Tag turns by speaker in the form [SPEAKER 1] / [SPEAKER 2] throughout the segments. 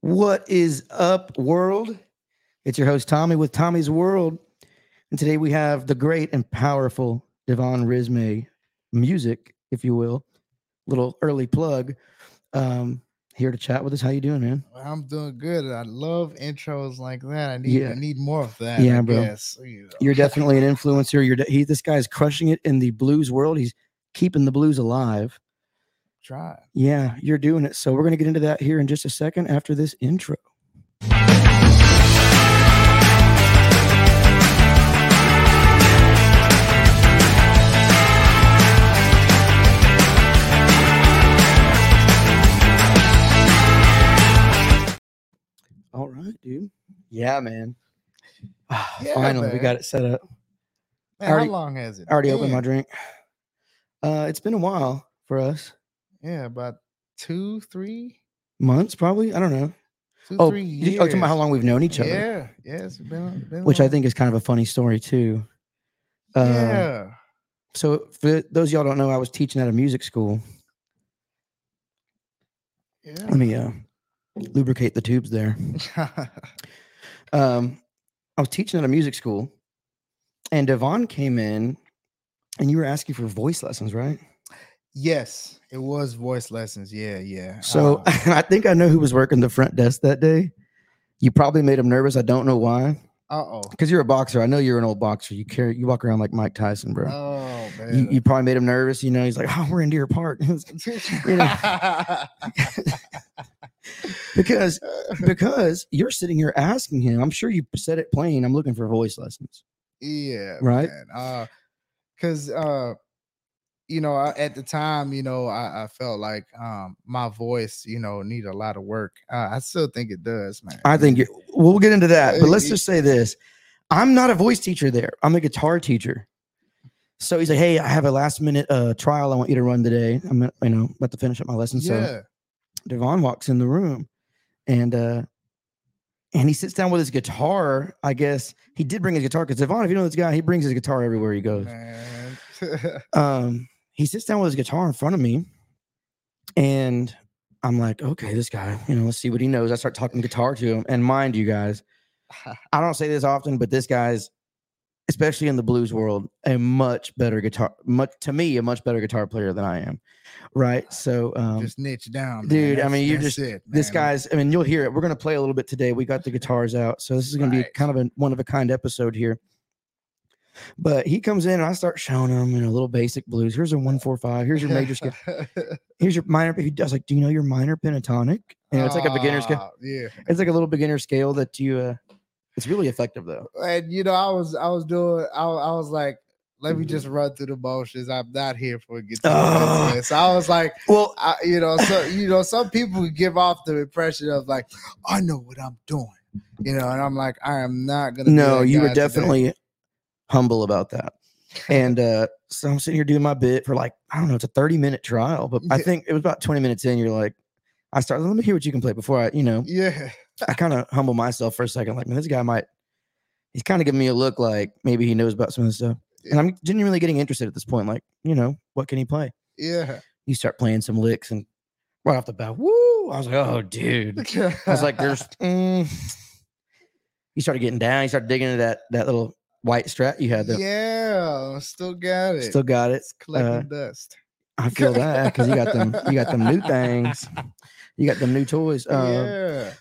[SPEAKER 1] What is up, world? It's your host, Tommy, with Tommy's World. And today we have the great and powerful Devon Risme music, if you will. Little early plug. Um, here to chat with us. How you doing, man?
[SPEAKER 2] I'm doing good. I love intros like that. I need
[SPEAKER 1] Yeah.
[SPEAKER 2] I need more of that.
[SPEAKER 1] Yeah,
[SPEAKER 2] I
[SPEAKER 1] bro.
[SPEAKER 2] guess, you know.
[SPEAKER 1] You're definitely an influencer. You're de- he, this guy's crushing it in the blues world. He's keeping the blues alive.
[SPEAKER 2] try.
[SPEAKER 1] Yeah, you're doing it. So we're going to get into that here in just a second after this intro. All right, dude. Yeah, man. Ah,
[SPEAKER 2] Yeah,
[SPEAKER 1] Finally, we
[SPEAKER 2] man.
[SPEAKER 1] got it set up.
[SPEAKER 2] Man,
[SPEAKER 1] Already-
[SPEAKER 2] how long has it?
[SPEAKER 1] I already opened my
[SPEAKER 2] been?
[SPEAKER 1] drink. Uh, it's been a while for us.
[SPEAKER 2] Yeah, about two, three,
[SPEAKER 1] Months, probably. I don't know.
[SPEAKER 2] two,
[SPEAKER 1] Oh,
[SPEAKER 2] three
[SPEAKER 1] you- oh,
[SPEAKER 2] years.
[SPEAKER 1] you're talking about how long we've known each other.
[SPEAKER 2] Yeah, yeah, it's been, been
[SPEAKER 1] which I
[SPEAKER 2] a while.
[SPEAKER 1] think is kind of a funny story too. Uh,
[SPEAKER 2] yeah,
[SPEAKER 1] So for those of y'all don't know, I was teaching at a music school. Let me uh, lubricate the tubes there.
[SPEAKER 2] yeah.
[SPEAKER 1] Um, I was teaching at a music school, and Devon came in, and you were asking for voice lessons, right?
[SPEAKER 2] yes, it was voice lessons. Yeah, yeah.
[SPEAKER 1] So
[SPEAKER 2] uh,
[SPEAKER 1] I think I know who was working the front desk that day. You probably made him nervous. I don't know why,
[SPEAKER 2] oh,
[SPEAKER 1] because you're a boxer. I know you're an old boxer. You carry, you walk around like Mike Tyson, bro.
[SPEAKER 2] oh
[SPEAKER 1] you,
[SPEAKER 2] man.
[SPEAKER 1] you probably made him nervous. You know, he's like, "Oh, we're in Deer Park," because because you're sitting here asking him. I'm sure you said it plain. I'm looking for voice lessons.
[SPEAKER 2] Yeah.
[SPEAKER 1] Right?
[SPEAKER 2] man. Uh, cause uh, you know, I, at the time, you know, I, I felt like um my voice, you know, need a lot of work. Uh, I still think it does, man.
[SPEAKER 1] I think you we'll get into that, but let's
[SPEAKER 2] Uh,
[SPEAKER 1] just say this: I'm not a voice teacher there. I'm a guitar teacher. So he's like, "Hey, I have a last minute uh, trial. I want you to run today. I'm uh, you know about to finish up my lesson." So
[SPEAKER 2] yeah,
[SPEAKER 1] Devon walks in the room, and uh, and he sits down with his guitar. I guess he did bring his guitar because Devon, if you know this guy, he brings his guitar everywhere he goes.
[SPEAKER 2] man.
[SPEAKER 1] um, he sits down with his guitar in front of me, and I'm like, okay, this guy, you know, let's see what he knows. I start talking guitar to him, and mind you guys, I don't say this often, but this guy's, especially in the blues world, a much better guitar, much to me, a much better guitar player than I am, right? So, um,
[SPEAKER 2] just niche down, man.
[SPEAKER 1] dude, I
[SPEAKER 2] That's-
[SPEAKER 1] mean, you're
[SPEAKER 2] that's
[SPEAKER 1] just-
[SPEAKER 2] it,
[SPEAKER 1] this
[SPEAKER 2] man. I'm-
[SPEAKER 1] guy's i mean you'll hear it we're going to play a little bit today we got the guitars out so this is going to be
[SPEAKER 2] Right.
[SPEAKER 1] kind of a one of a kind episode here but he comes in and i start showing him you know little basic blues here's a 145 here's your major scale here's your minor he does like do you know your minor pentatonic you know it's like a beginner scale
[SPEAKER 2] Ah, Yeah,
[SPEAKER 1] it's like a little beginner scale that you uh it's really effective though
[SPEAKER 2] and you know, I was, I was doing, I, wa- I was like, let me
[SPEAKER 1] Mm-hmm.
[SPEAKER 2] just run through the motions. I'm not here for a guitar.
[SPEAKER 1] Ah.
[SPEAKER 2] lesson. So I was like,
[SPEAKER 1] well
[SPEAKER 2] I, you know, so you know, some people could give off the impression of like, I know what I'm doing, you know, and I'm like, I am not gonna. be
[SPEAKER 1] no
[SPEAKER 2] that
[SPEAKER 1] you
[SPEAKER 2] guy
[SPEAKER 1] were
[SPEAKER 2] today.
[SPEAKER 1] definitely humble about that and uh so i'm sitting here doing my bit for like i don't know it's a 30 minute trial but i
[SPEAKER 2] Yeah.
[SPEAKER 1] think it was about 20 minutes in you're like i started let me hear what you can play before i you know
[SPEAKER 2] Yeah,
[SPEAKER 1] i kind of humble myself for a second like man this guy might he's kind of giving me a look like maybe he knows about some of this stuff and i'm genuinely getting interested at this point like you know what can he play
[SPEAKER 2] yeah.
[SPEAKER 1] you start playing some licks and right off the bat woo i was like oh dude
[SPEAKER 2] I
[SPEAKER 1] I was like, there's. Mm. You started getting down. You started digging into that that little white strap you had. There.
[SPEAKER 2] yeah, I still got it.
[SPEAKER 1] Still got uh, it.
[SPEAKER 2] it's collecting dust.
[SPEAKER 1] I feel that because you got them. You got them new things. You got them new toys. Um,
[SPEAKER 2] yeah,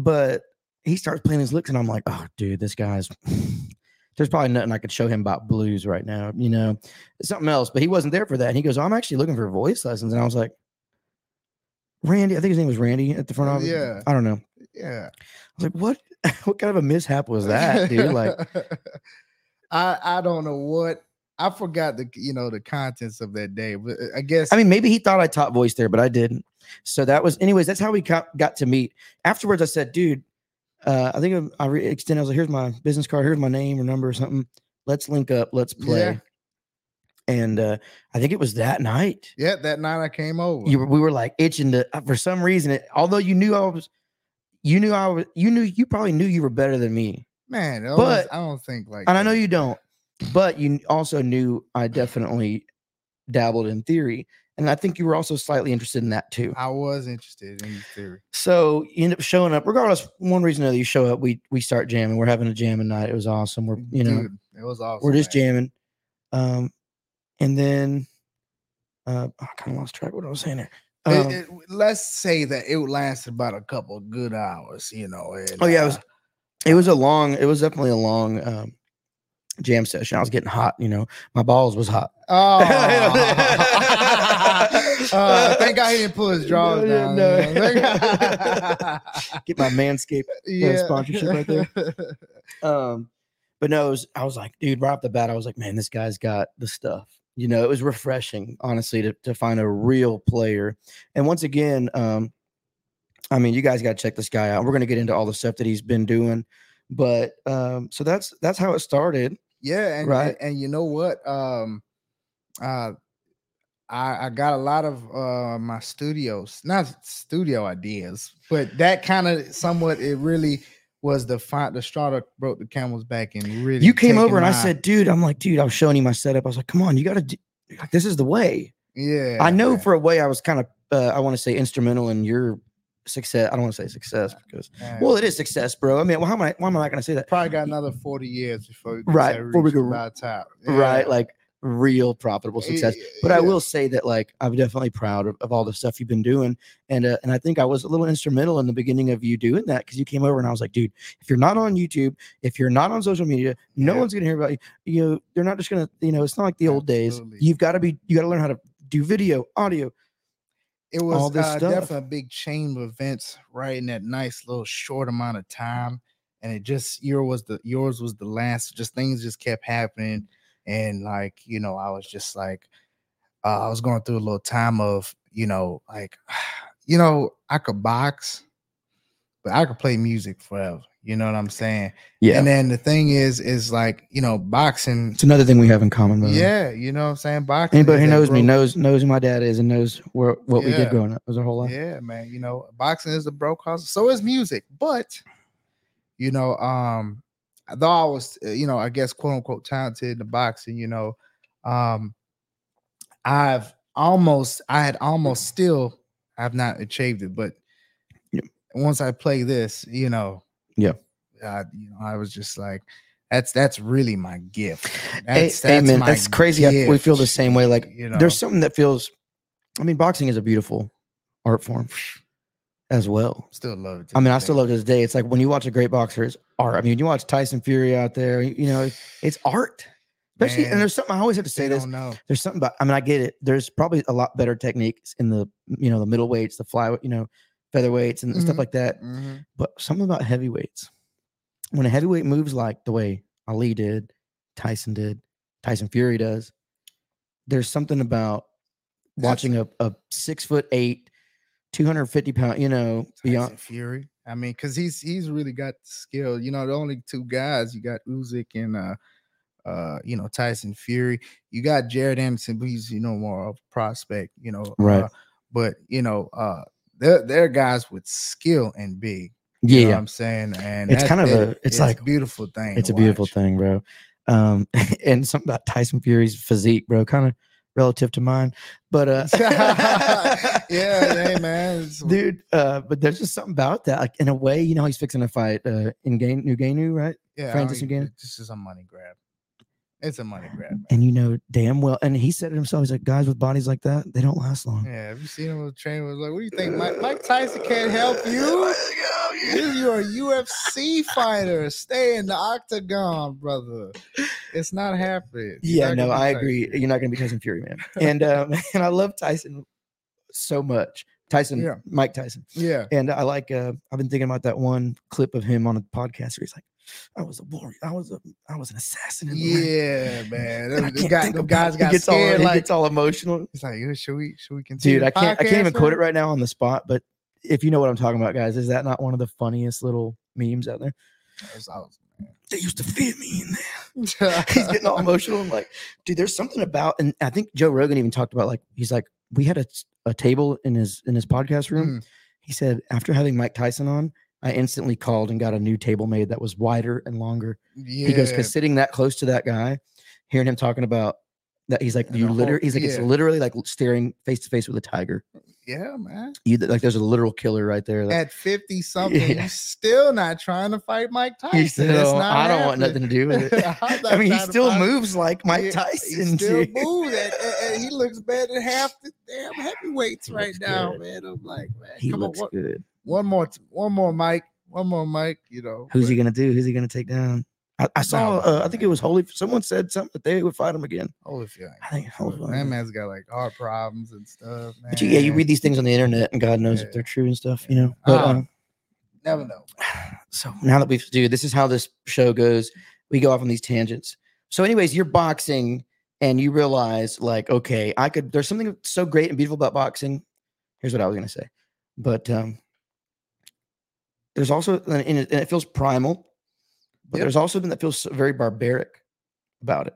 [SPEAKER 1] But he starts playing his licks, and I'm like, oh, dude, this guy's. There's probably nothing I could show him about blues right now. You know, It's something else. But he wasn't there for that. And he goes, "Oh, I'm actually looking for voice lessons, and I was like. Randy, I think his name was Randy at the front
[SPEAKER 2] Uh,
[SPEAKER 1] office.
[SPEAKER 2] yeah.
[SPEAKER 1] I don't know. I
[SPEAKER 2] yeah.
[SPEAKER 1] was like, what? what kind of a mishap was that, dude? Like,
[SPEAKER 2] I I don't know what I forgot the you know the contents of that day, but uh, I guess
[SPEAKER 1] I mean, maybe he thought I taught voice there, but I didn't. So that was, anyways, that's how we got, got to meet. Afterwards, I said, dude, uh, I think I re- extended. I was like, here's my business card, here's my name or number or something. Let's link up, let's
[SPEAKER 2] Yeah.
[SPEAKER 1] play. And uh, I think it was that night.
[SPEAKER 2] yeah, that night I came over.
[SPEAKER 1] You, were- we were like itching to, uh, for some reason, it, although you knew I was, you knew I was, you knew, you probably knew you were better than me.
[SPEAKER 2] man, I,
[SPEAKER 1] but-
[SPEAKER 2] was, I don't think like
[SPEAKER 1] And I know
[SPEAKER 2] that.
[SPEAKER 1] you don't, but you also knew I definitely dabbled in theory. And I think you were also slightly interested in that too.
[SPEAKER 2] I was interested in the theory.
[SPEAKER 1] So you end up showing up, regardless, one reason or another, you show up, we we start jamming. We're having a jamming night. It was awesome. We're you know,
[SPEAKER 2] Dude, it was awesome.
[SPEAKER 1] we're just
[SPEAKER 2] man.
[SPEAKER 1] jamming. Um and then uh I kind of lost track of what I was saying there.
[SPEAKER 2] It-
[SPEAKER 1] Um,
[SPEAKER 2] it- let's say that it lasted about a couple of good hours, you know. and,
[SPEAKER 1] Oh, yeah, it was-
[SPEAKER 2] uh,
[SPEAKER 1] it was a long it was definitely a long um jam session i was getting hot you know my balls was hot
[SPEAKER 2] oh. Uh, thank God he didn't pull his drawers
[SPEAKER 1] No, yeah,
[SPEAKER 2] down.
[SPEAKER 1] no.
[SPEAKER 2] you know.
[SPEAKER 1] get my manscape
[SPEAKER 2] yeah.
[SPEAKER 1] sponsorship right um but no it was, i was like dude right off the bat i was like man this guy's got the stuff you know it was refreshing honestly to, to find a real player and once again um i mean you guys got to check this guy out we're going to get into all the stuff that he's been doing but um so that's that's how it started
[SPEAKER 2] Yeah, and,
[SPEAKER 1] Right.
[SPEAKER 2] and and you know what? Um uh I, I got a lot of uh my studios, not studio ideas, but that kind of somewhat it really was the font the straw that broke the camel's back and really
[SPEAKER 1] you came over
[SPEAKER 2] taken
[SPEAKER 1] and I
[SPEAKER 2] my-
[SPEAKER 1] said, dude, I'm like, dude, I was showing you my setup. I was like, come on, you got to, do- like, this is the way.
[SPEAKER 2] Yeah
[SPEAKER 1] I know
[SPEAKER 2] yeah,
[SPEAKER 1] for a way I was kind of, uh, I want to say instrumental in your success. I don't want to say success because,
[SPEAKER 2] yeah.
[SPEAKER 1] well, it is success, bro. I mean, well, how am I, why am I not going to say that?
[SPEAKER 2] probably got another 40 years before we
[SPEAKER 1] Right, before we could re-
[SPEAKER 2] by top.
[SPEAKER 1] Right.
[SPEAKER 2] Yeah,
[SPEAKER 1] Like real profitable success.
[SPEAKER 2] yeah,
[SPEAKER 1] But I
[SPEAKER 2] yeah.
[SPEAKER 1] will say that, like, I'm definitely proud of, of all the stuff you've been doing, and uh, and I think I was a little instrumental in the beginning of you doing that because you came over and I was like, dude, if you're not on YouTube, if you're not on social media, no
[SPEAKER 2] Yeah.
[SPEAKER 1] one's gonna hear about you. You know, they're not just gonna, you know, it's not like the old days.
[SPEAKER 2] Absolutely.
[SPEAKER 1] You've got to be, you got to learn how to do video, audio.
[SPEAKER 2] it was
[SPEAKER 1] all this
[SPEAKER 2] uh,
[SPEAKER 1] stuff.
[SPEAKER 2] definitely a big chain of events right in that nice little short amount of time and it just your was the yours was the last just things just kept happening and like you know i was just like uh, i was going through a little time of you know like you know i could box but i could play music forever you know what i'm saying and then the thing is is like you know boxing
[SPEAKER 1] it's another thing we have in common. by the way.
[SPEAKER 2] yeah you know what i'm saying boxing is
[SPEAKER 1] Mm-hmm. Anybody who
[SPEAKER 2] that
[SPEAKER 1] knows me
[SPEAKER 2] broke-
[SPEAKER 1] knows knows who my dad is and knows where what we did
[SPEAKER 2] Yeah.
[SPEAKER 1] growing up. It was our whole life.
[SPEAKER 2] Yeah, man. You know, boxing is the bro cause. So is music, but you know, um, though I was, uh, you know, I guess quote unquote talented in the boxing. You know, um, I've almost, I had almost still, I've not achieved it, but
[SPEAKER 1] Yep.
[SPEAKER 2] once I play this, you know,
[SPEAKER 1] Yeah.
[SPEAKER 2] I, you know, I was just like. That's that's really my gift.
[SPEAKER 1] A-
[SPEAKER 2] That's,
[SPEAKER 1] Amen. That's crazy. I- we feel the
[SPEAKER 2] gift,
[SPEAKER 1] same way. Like
[SPEAKER 2] you know.
[SPEAKER 1] there's something that feels i mean boxing is a beautiful art form as well
[SPEAKER 2] still love it. to
[SPEAKER 1] i mean i
[SPEAKER 2] this
[SPEAKER 1] still
[SPEAKER 2] day.
[SPEAKER 1] love it to this day it's like when you watch a great boxer it's art i mean you watch tyson fury out there you know it's- it's art especially
[SPEAKER 2] Man,
[SPEAKER 1] and there's something i always have to
[SPEAKER 2] they
[SPEAKER 1] say this
[SPEAKER 2] don't know.
[SPEAKER 1] there's something about i mean i get it there's probably a lot better techniques in the you know the middleweights the fly you know featherweights and stuff
[SPEAKER 2] Mhm.
[SPEAKER 1] like that
[SPEAKER 2] Mhm.
[SPEAKER 1] but something about heavyweights when a heavyweight moves like the way ali did tyson did tyson fury does there's something about
[SPEAKER 2] That's-
[SPEAKER 1] watching a, a six foot eight 250 pound you know
[SPEAKER 2] Tyson
[SPEAKER 1] beyond
[SPEAKER 2] Fury. I mean, because he's he's really got the skill. You know, the only two guys you got Uzik and uh uh you know Tyson Fury. You got Jared Anderson, but he's you know more of a prospect, you know.
[SPEAKER 1] Right.
[SPEAKER 2] uh, but you know, uh they're they're guys with skill and big.
[SPEAKER 1] yeah
[SPEAKER 2] You know what I'm saying? And
[SPEAKER 1] It's
[SPEAKER 2] that-
[SPEAKER 1] kind of
[SPEAKER 2] that-
[SPEAKER 1] a- it's like-
[SPEAKER 2] a beautiful thing.
[SPEAKER 1] it's
[SPEAKER 2] to
[SPEAKER 1] a beautiful
[SPEAKER 2] watch.
[SPEAKER 1] thing bro um and something about tyson fury's physique bro kind of relative to mine but uh
[SPEAKER 2] yeah, yeah, man. It's-
[SPEAKER 1] dude uh but there's just something about that like in a way you know how he's fixing to fight uh in game new Gainu, right
[SPEAKER 2] yeah, I don't
[SPEAKER 1] Francis
[SPEAKER 2] even-
[SPEAKER 1] again?
[SPEAKER 2] This is a money grab. It's a money grab. man.
[SPEAKER 1] and you know damn well and he said it himself he's like guys with bodies like that they don't last long
[SPEAKER 2] Yeah, have you seen him with train? Was like, what do you think, Mike? Mike Tyson can't help you. You- You're a UFC fighter. Stay in the octagon, brother. It's not happening. You're
[SPEAKER 1] yeah
[SPEAKER 2] not
[SPEAKER 1] no
[SPEAKER 2] gonna be
[SPEAKER 1] i
[SPEAKER 2] Tyson.
[SPEAKER 1] agree you're not gonna be tyson fury man and um and i love tyson so much tyson
[SPEAKER 2] Yeah.
[SPEAKER 1] mike tyson
[SPEAKER 2] Yeah,
[SPEAKER 1] and i like uh i've been thinking about that one clip of him on a podcast where he's like i was a warrior i was a i was an assassin in the ring,
[SPEAKER 2] yeah, man.
[SPEAKER 1] and I
[SPEAKER 2] Them- The,
[SPEAKER 1] can't
[SPEAKER 2] guy,
[SPEAKER 1] think
[SPEAKER 2] the
[SPEAKER 1] about
[SPEAKER 2] guys
[SPEAKER 1] it."
[SPEAKER 2] got
[SPEAKER 1] he gets all
[SPEAKER 2] scared.
[SPEAKER 1] he
[SPEAKER 2] Like
[SPEAKER 1] gets all emotional
[SPEAKER 2] he's like, "Yeah, should we? Should we continue?"
[SPEAKER 1] dude i can't i can't even quote it
[SPEAKER 2] right.
[SPEAKER 1] right now on the spot but if you know what i'm talking about guys is that not one of the funniest little memes out there they used to fear me in there he's getting all emotional. I'm like, dude, there's something about, and I think Joe Rogan even talked about like he's like we had a, s- a table in his in his podcast room.
[SPEAKER 2] Mm.
[SPEAKER 1] He said after having Mike Tyson on, I instantly called and got a new table made that was wider and longer.
[SPEAKER 2] Mm, yeah,
[SPEAKER 1] He goes because sitting that close to that guy, hearing him talking about that he's like
[SPEAKER 2] And
[SPEAKER 1] you
[SPEAKER 2] the
[SPEAKER 1] literally
[SPEAKER 2] whole-
[SPEAKER 1] he's like it's
[SPEAKER 2] yeah.
[SPEAKER 1] literally like staring face to face with a tiger.
[SPEAKER 2] Yeah, man.
[SPEAKER 1] You like there's a literal killer right there. Like,
[SPEAKER 2] At 50 something,
[SPEAKER 1] Yeah.
[SPEAKER 2] you still not trying to fight Mike Tyson.
[SPEAKER 1] you
[SPEAKER 2] It's
[SPEAKER 1] still-
[SPEAKER 2] not
[SPEAKER 1] I don't want
[SPEAKER 2] happening.
[SPEAKER 1] nothing to do with it.
[SPEAKER 2] I'm not
[SPEAKER 1] I mean, he
[SPEAKER 2] trying to
[SPEAKER 1] still
[SPEAKER 2] fight-
[SPEAKER 1] moves like Mike
[SPEAKER 2] Yeah,
[SPEAKER 1] Tyson.
[SPEAKER 2] He still
[SPEAKER 1] dude.
[SPEAKER 2] moves. And, and- and he looks better than half the damn heavyweights
[SPEAKER 1] He
[SPEAKER 2] right
[SPEAKER 1] looks
[SPEAKER 2] now,
[SPEAKER 1] good.
[SPEAKER 2] man. I'm like, man,
[SPEAKER 1] He
[SPEAKER 2] come on,
[SPEAKER 1] looks
[SPEAKER 2] one,
[SPEAKER 1] good.
[SPEAKER 2] one more, t- one more, Mike, one more, Mike. You know,
[SPEAKER 1] Who's
[SPEAKER 2] but-
[SPEAKER 1] he gonna do? Who's he gonna take down? I, I saw.
[SPEAKER 2] Nobody,
[SPEAKER 1] Uh, I think it
[SPEAKER 2] man.
[SPEAKER 1] was Holy. Someone said something that they would fight him again.
[SPEAKER 2] Holy feeling.
[SPEAKER 1] I think Holyfield.
[SPEAKER 2] That man's got like heart problems and stuff. Man.
[SPEAKER 1] But you, yeah, you read these things on the internet, and God knows
[SPEAKER 2] Yeah.
[SPEAKER 1] if they're true and stuff, you know. But
[SPEAKER 2] Ah.
[SPEAKER 1] um,
[SPEAKER 2] never know.
[SPEAKER 1] so now that we've dude, this is how this show goes. We go off on these tangents. So, anyways, you're boxing, and you realize, like, okay, I could. There's something so great and beautiful about boxing. Here's what I was gonna say, but um, there's also and and it, and it feels primal, but
[SPEAKER 2] Yep.
[SPEAKER 1] there's also something that feels so very barbaric about it.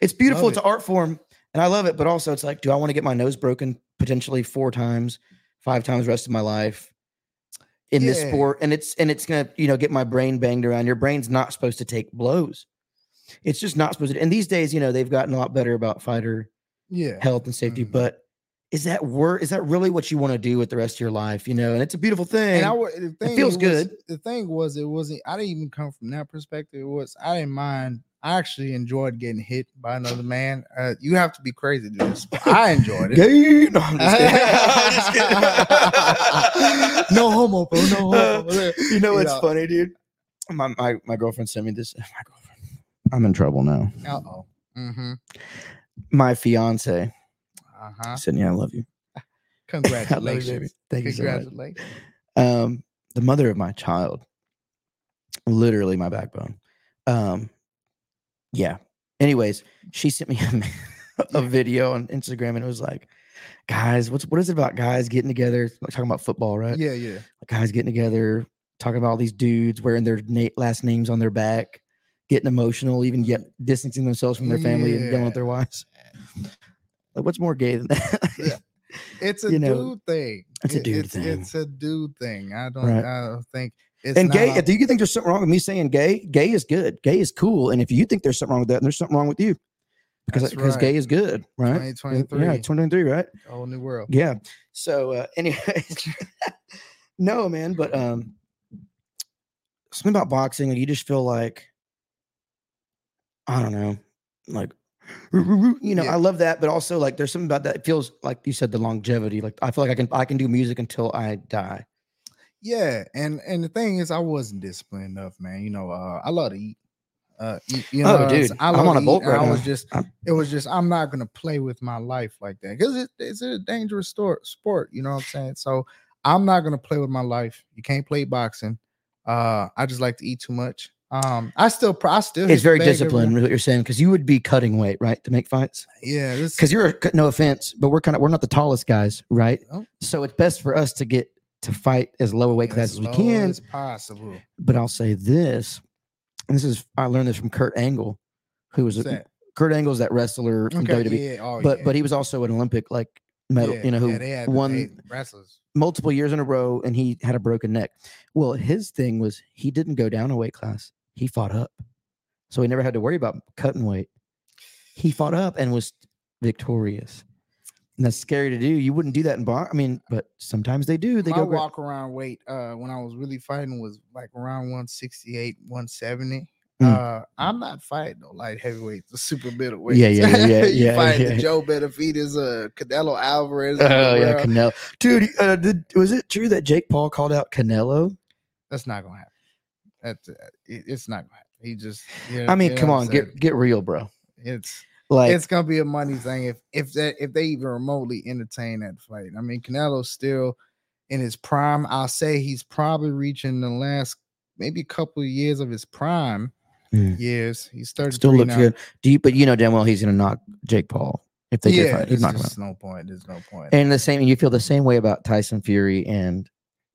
[SPEAKER 1] It's beautiful.
[SPEAKER 2] Love
[SPEAKER 1] it's
[SPEAKER 2] it.
[SPEAKER 1] an art form, and I love it. But also, it's like, do I want to get my nose broken potentially four times, five times the rest of my life in this
[SPEAKER 2] Yeah.
[SPEAKER 1] sport? And it's and it's gonna you know get my brain banged around. Your brain's not supposed to take blows. It's just not supposed to. And these days, you know, they've gotten a lot better about fighter
[SPEAKER 2] Yeah,
[SPEAKER 1] health and safety.
[SPEAKER 2] Mhm.
[SPEAKER 1] But is that wor- Is that really what you want to do with the rest of your life? You know, and it's a beautiful thing.
[SPEAKER 2] and I wa- the thing
[SPEAKER 1] feels
[SPEAKER 2] was-
[SPEAKER 1] good.
[SPEAKER 2] The thing was, it wasn't. I didn't even come from that perspective. It was I didn't mind. I actually enjoyed getting hit by another man. Uh, you have to be crazy to do this. but I enjoyed it.
[SPEAKER 1] Gay- No, I'm just kidding. I'm just kidding. Uh-huh.
[SPEAKER 2] no homo, bro. No homo.
[SPEAKER 1] you know
[SPEAKER 2] You
[SPEAKER 1] what's
[SPEAKER 2] know.
[SPEAKER 1] funny, dude? My, my my girlfriend sent me this. My girlfriend. I'm in trouble now.
[SPEAKER 2] Uh oh. Mm-hmm.
[SPEAKER 1] My fiance
[SPEAKER 2] Uh huh.
[SPEAKER 1] said, "Yeah, I love you. I love you, baby.
[SPEAKER 2] Congratulations.
[SPEAKER 1] Thank you so much."
[SPEAKER 2] Congratulations.
[SPEAKER 1] Um, the mother of my child, literally my backbone. Um, yeah. Anyways, she sent me a, a video on Instagram, and it was like, "Guys, what's what is it about guys getting together? Like talking about football, right?
[SPEAKER 2] Yeah, yeah.
[SPEAKER 1] guys getting together, talking about all these dudes wearing their na- last names on their back, getting emotional, even yet distancing themselves from their family and yelling at their wives. Like, what's more gay than that?
[SPEAKER 2] Yeah. It's a
[SPEAKER 1] You know,
[SPEAKER 2] dude thing.
[SPEAKER 1] it's a
[SPEAKER 2] It-
[SPEAKER 1] dude
[SPEAKER 2] it's,
[SPEAKER 1] thing.
[SPEAKER 2] It's a dude thing. I don't.
[SPEAKER 1] Right.
[SPEAKER 2] I don't think. It's
[SPEAKER 1] and
[SPEAKER 2] not
[SPEAKER 1] gay,
[SPEAKER 2] a-
[SPEAKER 1] do you think there's something wrong with me saying gay? Gay is good. Gay is cool. And if you think there's something wrong with that, then there's something wrong with you. Because
[SPEAKER 2] That's
[SPEAKER 1] because
[SPEAKER 2] right.
[SPEAKER 1] gay is good, right? Yeah,
[SPEAKER 2] 2023.
[SPEAKER 1] Yeah, 23, right?
[SPEAKER 2] a whole new world.
[SPEAKER 1] Yeah. So, uh, anyways, no, man, but um, something about boxing, like you just feel like, I don't know, like, roo- roo- roo, you know,
[SPEAKER 2] Yeah.
[SPEAKER 1] I love that, but also like there's something about that. It feels like you said the longevity. Like I feel like I can I can do music until I die.
[SPEAKER 2] Yeah, and and the thing is, I wasn't disciplined enough, man. You know, uh, I love to eat. Uh, you, you
[SPEAKER 1] Oh,
[SPEAKER 2] know, it's-
[SPEAKER 1] dude,
[SPEAKER 2] I
[SPEAKER 1] I'm
[SPEAKER 2] love
[SPEAKER 1] on
[SPEAKER 2] to
[SPEAKER 1] a bulk
[SPEAKER 2] eat, and
[SPEAKER 1] right
[SPEAKER 2] I was
[SPEAKER 1] now.
[SPEAKER 2] just,
[SPEAKER 1] I'm-
[SPEAKER 2] it was just, I'm not gonna play with my life like that because it, it's a dangerous stor- sport. You know what I'm saying? So I'm not gonna play with my life. You can't play boxing. Uh, I just like to eat too much. Um, I still, pro- I still. hit
[SPEAKER 1] It's
[SPEAKER 2] the
[SPEAKER 1] very
[SPEAKER 2] bag every
[SPEAKER 1] disciplined
[SPEAKER 2] now-
[SPEAKER 1] what you're saying because you would be cutting weight, right, to make fights.
[SPEAKER 2] Yeah, this
[SPEAKER 1] Because you're a- no offense, but we're kind of we're not the tallest guys, right?
[SPEAKER 2] Oh.
[SPEAKER 1] So it's best for us to get to fight as low a weight class as we
[SPEAKER 2] low
[SPEAKER 1] can.
[SPEAKER 2] as possible.
[SPEAKER 1] But I'll say this, and this is I learned this from Kurt Angle, who was
[SPEAKER 2] What's
[SPEAKER 1] a,
[SPEAKER 2] that?
[SPEAKER 1] Kurt Angle's that wrestler from
[SPEAKER 2] Okay,
[SPEAKER 1] WWE,
[SPEAKER 2] yeah, oh,
[SPEAKER 1] but
[SPEAKER 2] yeah. oh,
[SPEAKER 1] but he was also an Olympic like medal,
[SPEAKER 2] Yeah,
[SPEAKER 1] you know, who
[SPEAKER 2] yeah, they have-
[SPEAKER 1] won
[SPEAKER 2] they- wrestlers.
[SPEAKER 1] multiple years in a row, and he had a broken neck. Well, his thing was he didn't go down a weight class; he fought up, so he never had to worry about cutting weight. He fought up and was victorious. And that's scary to do. You wouldn't do that in box. I mean, but sometimes they do. They
[SPEAKER 2] my
[SPEAKER 1] go. gra-
[SPEAKER 2] walk around weight uh when I was really fighting was like around 168, 170.
[SPEAKER 1] Mm.
[SPEAKER 2] Uh, I'm not fighting no light heavyweights, the super middleweights.
[SPEAKER 1] yeah, yeah, yeah,
[SPEAKER 2] you
[SPEAKER 1] yeah,
[SPEAKER 2] fighting
[SPEAKER 1] yeah.
[SPEAKER 2] the Joe Benavides, uh, Canelo Alvarez. of the
[SPEAKER 1] Oh yeah,
[SPEAKER 2] world.
[SPEAKER 1] Canelo, dude. Uh, did, was it true that Jake Paul called out Canelo?
[SPEAKER 2] that's not gonna happen. That's uh, it, it's not gonna happen. He just,
[SPEAKER 1] I mean, come on, get get real, bro.
[SPEAKER 2] it's
[SPEAKER 1] Like,
[SPEAKER 2] it's gonna be a money thing if if that if they even remotely entertain that fight. I mean, Canelo's still in his prime. I'll say he's probably reaching the last maybe couple of years of his prime
[SPEAKER 1] Mm.
[SPEAKER 2] years. He's thirty.
[SPEAKER 1] still looks good. Do you? But you know damn well he's gonna knock Jake Paul if they get
[SPEAKER 2] yeah,
[SPEAKER 1] fight. He's
[SPEAKER 2] there's
[SPEAKER 1] not gonna.
[SPEAKER 2] just no point. There's no point.
[SPEAKER 1] And the same, you feel the same way about Tyson Fury and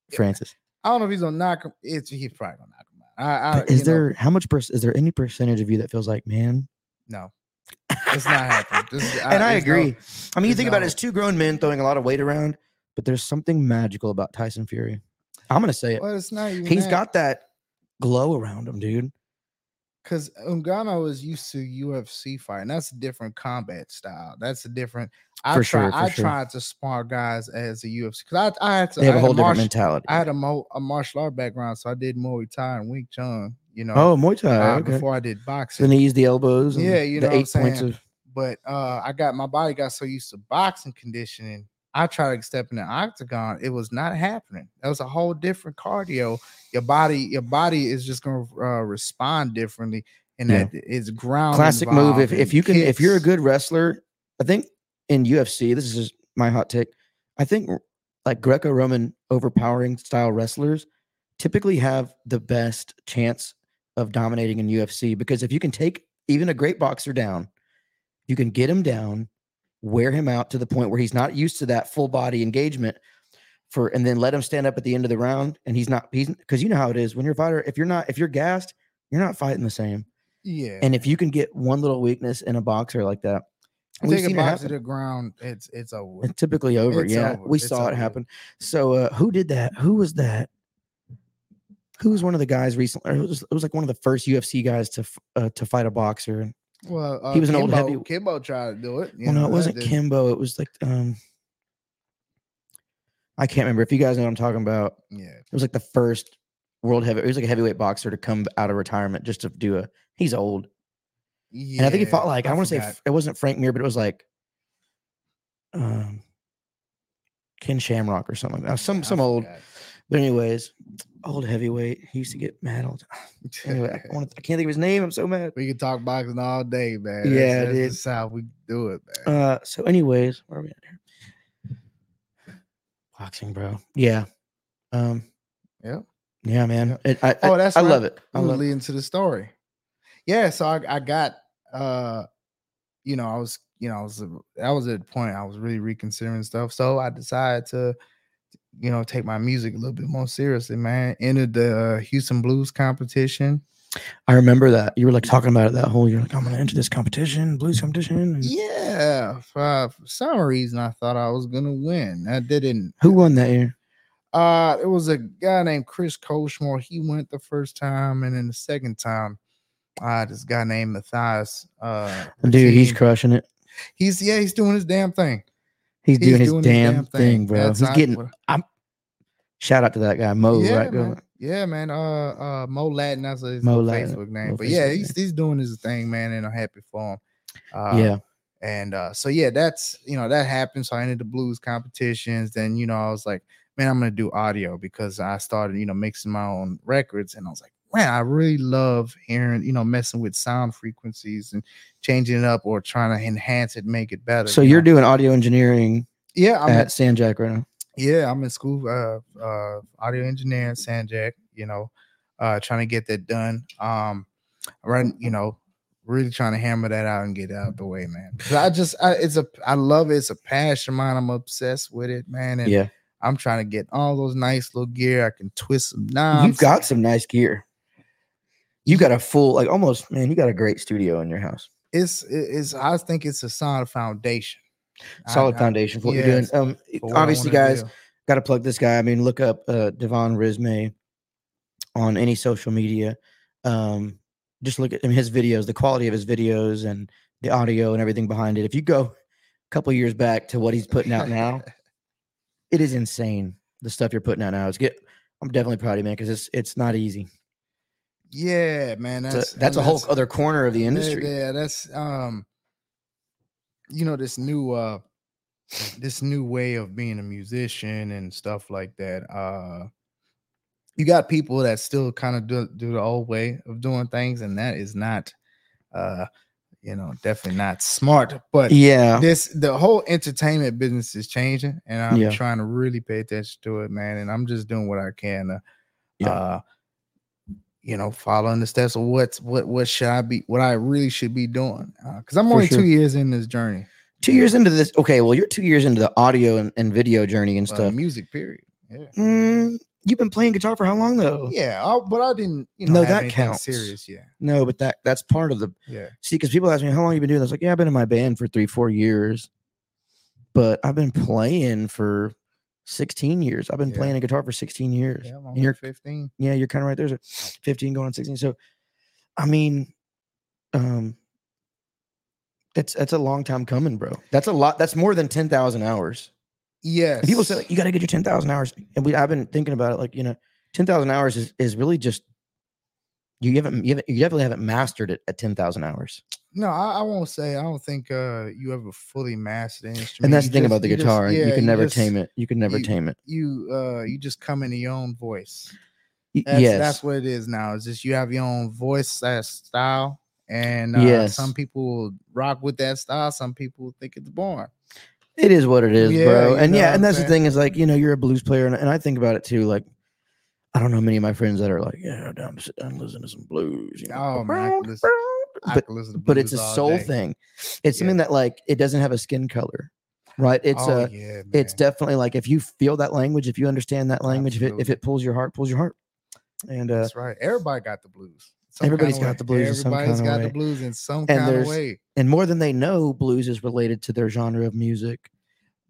[SPEAKER 2] Yeah.
[SPEAKER 1] Francis.
[SPEAKER 2] I don't know if he's gonna knock him. It's he's probably gonna knock him out. I, I,
[SPEAKER 1] But is
[SPEAKER 2] you know,
[SPEAKER 1] there how much? Per, is there any percentage of you that feels like, man?
[SPEAKER 2] no? It's not happening. This is-
[SPEAKER 1] and I
[SPEAKER 2] there's no-
[SPEAKER 1] agree. I mean, you
[SPEAKER 2] there's
[SPEAKER 1] think about it
[SPEAKER 2] no-
[SPEAKER 1] as two grown men throwing a lot of weight around, but there's something magical about Tyson Fury. I'm gonna say it.
[SPEAKER 2] well, it's not even.
[SPEAKER 1] He's
[SPEAKER 2] that.
[SPEAKER 1] got that glow around him, dude.
[SPEAKER 2] because Ungano is used to UFC fighting. That's a different combat style. That's a different. I
[SPEAKER 1] For
[SPEAKER 2] try.
[SPEAKER 1] sure, for
[SPEAKER 2] I
[SPEAKER 1] sure.
[SPEAKER 2] tried to spar guys as a UFC because I, I had to.
[SPEAKER 1] They have
[SPEAKER 2] I
[SPEAKER 1] a
[SPEAKER 2] had
[SPEAKER 1] whole different
[SPEAKER 2] martial-
[SPEAKER 1] mentality.
[SPEAKER 2] I had a, mo- a martial art background, so I did Muay Thai and Wing Chun. You know,
[SPEAKER 1] oh, Muay Thai.
[SPEAKER 2] uh,
[SPEAKER 1] okay.
[SPEAKER 2] before I did
[SPEAKER 1] The
[SPEAKER 2] boxing.
[SPEAKER 1] knees, the elbows. and
[SPEAKER 2] Yeah, you
[SPEAKER 1] the
[SPEAKER 2] know what I'm
[SPEAKER 1] eight points
[SPEAKER 2] saying.
[SPEAKER 1] of.
[SPEAKER 2] but uh, I got my body got so used to boxing conditioning. I tried to step in the octagon. It was not happening. That was a whole different cardio. Your body, your body is just going to uh, respond differently, and
[SPEAKER 1] Yeah.
[SPEAKER 2] that it's ground.
[SPEAKER 1] classic move. If, if you can, if you're a
[SPEAKER 2] good
[SPEAKER 1] good wrestler, I think in UFC, this is just my hot take. I think r- like Greco-Roman overpowering style wrestlers typically have the best chance of dominating in UFC because if you can take even a great boxer down, you can get him down, wear him out to the point where he's not used to that full body engagement for and then let him stand up at the end of the round and he's not he's because you know how it is when you're a fighter if you're not if you're gassed you're not fighting the same
[SPEAKER 2] yeah,
[SPEAKER 1] and if you can get one little weakness in a boxer like that, we've
[SPEAKER 2] take a
[SPEAKER 1] seen it
[SPEAKER 2] box to
[SPEAKER 1] happen.
[SPEAKER 2] the ground, it's it's over.
[SPEAKER 1] It's typically over.
[SPEAKER 2] It's
[SPEAKER 1] yeah,
[SPEAKER 2] over.
[SPEAKER 1] we
[SPEAKER 2] It's
[SPEAKER 1] saw
[SPEAKER 2] over.
[SPEAKER 1] it happen. So uh, who did that? Who was that? Who was one of the guys recently? It was, it was like one of the first UFC guys to f- uh, to fight a boxer. And-
[SPEAKER 2] Well, uh,
[SPEAKER 1] he was an
[SPEAKER 2] Kimbo,
[SPEAKER 1] old heavy-
[SPEAKER 2] Kimbo tried to do it. you
[SPEAKER 1] well, no,
[SPEAKER 2] know,
[SPEAKER 1] it
[SPEAKER 2] that
[SPEAKER 1] wasn't
[SPEAKER 2] didn't-
[SPEAKER 1] Kimbo. It was like um, I can't remember. If you guys know what I'm talking about,
[SPEAKER 2] Yeah,
[SPEAKER 1] it was like the first world heavy. It was like a heavyweight boxer to come out of retirement just to do a. He's old.
[SPEAKER 2] yeah.
[SPEAKER 1] And I think he fought like I, want to say
[SPEAKER 2] forgot.
[SPEAKER 1] F- it wasn't Frank Mir, but it was like um Ken Shamrock or something like that. Some
[SPEAKER 2] I
[SPEAKER 1] some old.
[SPEAKER 2] forgot.
[SPEAKER 1] But anyways, old heavyweight. He used to get mad all the time. Anyway, I, wanna I can't think of his name. I'm so mad.
[SPEAKER 2] We can talk boxing all day, man.
[SPEAKER 1] Yeah,
[SPEAKER 2] that's, that's
[SPEAKER 1] dude.
[SPEAKER 2] just how we do it, man.
[SPEAKER 1] Uh so anyways, where are we at here? Boxing, bro. Yeah. Um
[SPEAKER 2] Yeah.
[SPEAKER 1] Yeah, man. It, I,
[SPEAKER 2] Oh,
[SPEAKER 1] I,
[SPEAKER 2] that's
[SPEAKER 1] I
[SPEAKER 2] right.
[SPEAKER 1] love it. I
[SPEAKER 2] I'm
[SPEAKER 1] love it.
[SPEAKER 2] leading to the story. Yeah, so I, I got, uh, you know, I was, you know, I was, I was at a point I was really reconsidering stuff. So I decided to, you know, take my music a little bit more seriously, man. Entered the uh, Houston Blues competition.
[SPEAKER 1] I remember that. You were like talking about it that whole you're like, I'm gonna enter this competition, blues competition. and-
[SPEAKER 2] Yeah, for, for some reason I thought I was gonna win. I didn't.
[SPEAKER 1] Who won that year?
[SPEAKER 2] Uh, it was a guy named Chris Coshmore. He went the first time, and then the second time, uh, this guy named Matthias. Uh,
[SPEAKER 1] Dude, he's
[SPEAKER 2] Ratin.
[SPEAKER 1] crushing it.
[SPEAKER 2] he's yeah, he's doing his damn thing.
[SPEAKER 1] He's,
[SPEAKER 2] He's
[SPEAKER 1] doing his damn, thing, bro.
[SPEAKER 2] That's
[SPEAKER 1] he's
[SPEAKER 2] not
[SPEAKER 1] getting
[SPEAKER 2] what-
[SPEAKER 1] shout out to that guy Mo,
[SPEAKER 2] yeah,
[SPEAKER 1] right? Go-
[SPEAKER 2] man. yeah, man. Uh, uh, Mo Latin. That's his
[SPEAKER 1] Mo
[SPEAKER 2] little
[SPEAKER 1] Latin,
[SPEAKER 2] Facebook name.
[SPEAKER 1] little
[SPEAKER 2] But yeah,
[SPEAKER 1] Facebook
[SPEAKER 2] he's he's doing his thing, man, and I'm happy for him. Uh,
[SPEAKER 1] yeah,
[SPEAKER 2] And uh, so yeah, that's you know that happened. So I entered the blues competitions. Then you know I was like, man, I'm gonna do audio because I started you know mixing my own records, and I was like, man, I really love hearing you know messing with sound frequencies and changing it up or trying to enhance it, make it better.
[SPEAKER 1] so
[SPEAKER 2] you
[SPEAKER 1] you're
[SPEAKER 2] know?
[SPEAKER 1] doing audio engineering
[SPEAKER 2] yeah, I'm
[SPEAKER 1] at Sanjak right now.
[SPEAKER 2] yeah, I'm in school, uh, uh, audio engineering, Sanjak, you know, uh, trying to get that done. Um, right, you know, really trying to hammer that out and get it out of the way, man. 'Cause I just, I, it's a, I love it. It's a passion of mine. I'm obsessed with it, man. And
[SPEAKER 1] yeah,
[SPEAKER 2] I'm trying to get all those nice little gear. I can twist some knobs.
[SPEAKER 1] you've got some nice gear. You got a full, like almost man. You got a great studio in your house.
[SPEAKER 2] it's, it- it's, I think it's a solid foundation. I-
[SPEAKER 1] Solid
[SPEAKER 2] I-
[SPEAKER 1] foundation for what
[SPEAKER 2] yeah,
[SPEAKER 1] you're doing. Um,
[SPEAKER 2] for what I
[SPEAKER 1] obviously,
[SPEAKER 2] wanna
[SPEAKER 1] guys,
[SPEAKER 2] do.
[SPEAKER 1] got to plug this guy. I mean, look up uh, Devon Risme on any social media. Um, just look at I mean, his videos, the quality of his videos, and the audio and everything behind it. If you go a couple years back to what he's putting out now, it is insane. The stuff you're putting out now is get. I'm definitely proud of you, man, because it's it's not easy.
[SPEAKER 2] yeah, man.
[SPEAKER 1] It's a-
[SPEAKER 2] That's,
[SPEAKER 1] That's,
[SPEAKER 2] and
[SPEAKER 1] a whole other corner of the
[SPEAKER 2] Yeah,
[SPEAKER 1] industry.
[SPEAKER 2] Yeah, that's um you know this new uh this new way of being a musician and stuff like that. Uh you got people that still kind of do, do the old way of doing things and that is not uh you know definitely not smart but
[SPEAKER 1] Yeah,
[SPEAKER 2] this the whole entertainment business is changing and i'm
[SPEAKER 1] Yeah.
[SPEAKER 2] trying to really pay attention to it man and i'm just doing what i can to,
[SPEAKER 1] Yeah.
[SPEAKER 2] uh you know following the steps of what's what what should i be what i really should be doing because i'm
[SPEAKER 1] For
[SPEAKER 2] only
[SPEAKER 1] sure.
[SPEAKER 2] two years in this journey
[SPEAKER 1] two years into this. Okay, well, you're two years into the audio and, and video journey and
[SPEAKER 2] uh,
[SPEAKER 1] stuff.
[SPEAKER 2] music period yeah
[SPEAKER 1] Mm, you've been playing guitar for how long though?
[SPEAKER 2] yeah I, but i didn't you know
[SPEAKER 1] No,
[SPEAKER 2] have
[SPEAKER 1] that
[SPEAKER 2] anything
[SPEAKER 1] counts.
[SPEAKER 2] serious yeah
[SPEAKER 1] No, but that that's part of the
[SPEAKER 2] yeah
[SPEAKER 1] See, because people ask me how long you been doing this. Like, yeah, I've been in my band for three, four years, but I've been playing for sixteen years. I've been
[SPEAKER 2] Yeah.
[SPEAKER 1] playing a guitar for sixteen years.
[SPEAKER 2] yeah i'm
[SPEAKER 1] you're-
[SPEAKER 2] only 15
[SPEAKER 1] Yeah, you're kind of right. There's a fifteen going on sixteen. So I mean, um, that's that's a long time coming, bro. That's a lot. That's more than ten thousand hours.
[SPEAKER 2] Yes.
[SPEAKER 1] And people say like, you got to get your ten thousand hours, and we I've been thinking about it. Like you know, ten thousand hours is is really just you haven't you, haven't, you definitely haven't mastered it at ten thousand hours.
[SPEAKER 2] No, I, I won't say. I don't think uh, you ever fully mastered an instrument.
[SPEAKER 1] And that's
[SPEAKER 2] You
[SPEAKER 1] the thing
[SPEAKER 2] just-
[SPEAKER 1] about the
[SPEAKER 2] you just-
[SPEAKER 1] guitar, you
[SPEAKER 2] yeah,
[SPEAKER 1] can never
[SPEAKER 2] just-
[SPEAKER 1] tame it. You can never
[SPEAKER 2] you-
[SPEAKER 1] tame it.
[SPEAKER 2] You uh, you just come into your own voice.
[SPEAKER 1] Y-
[SPEAKER 2] That's,
[SPEAKER 1] yes,
[SPEAKER 2] that's what it is now. It's just you have your own voice that style, and uh,
[SPEAKER 1] Yes.
[SPEAKER 2] some people rock with that style. Some people think it's boring.
[SPEAKER 1] it is what it is,
[SPEAKER 2] Yeah,
[SPEAKER 1] bro.
[SPEAKER 2] you
[SPEAKER 1] And
[SPEAKER 2] know
[SPEAKER 1] yeah, and
[SPEAKER 2] what I'm
[SPEAKER 1] that's the
[SPEAKER 2] saying?
[SPEAKER 1] thing is like you know you're a blues player, and, and I think about it too. Like I don't know many of my friends that are like, yeah, I'm down to sit down and listen to some blues. You know?
[SPEAKER 2] Oh, man, I could listen- I
[SPEAKER 1] But-
[SPEAKER 2] could listen to
[SPEAKER 1] but it's a
[SPEAKER 2] blues all
[SPEAKER 1] soul
[SPEAKER 2] day.
[SPEAKER 1] thing. It's something that like it doesn't have a skin color, right? It's
[SPEAKER 2] Oh,
[SPEAKER 1] a
[SPEAKER 2] yeah,
[SPEAKER 1] it's
[SPEAKER 2] man.
[SPEAKER 1] definitely like if you feel that language, if you understand that language, if it, if
[SPEAKER 2] Absolutely.
[SPEAKER 1] it pulls your heart, pulls your heart. And uh,
[SPEAKER 2] That's right. Everybody got the blues.
[SPEAKER 1] Everybody's
[SPEAKER 2] Everybody's
[SPEAKER 1] got the blues in some
[SPEAKER 2] Everybody's
[SPEAKER 1] kinda
[SPEAKER 2] got
[SPEAKER 1] way.
[SPEAKER 2] the blues in some kind
[SPEAKER 1] there's-
[SPEAKER 2] of way.
[SPEAKER 1] and more than they know, blues is related to their genre of music.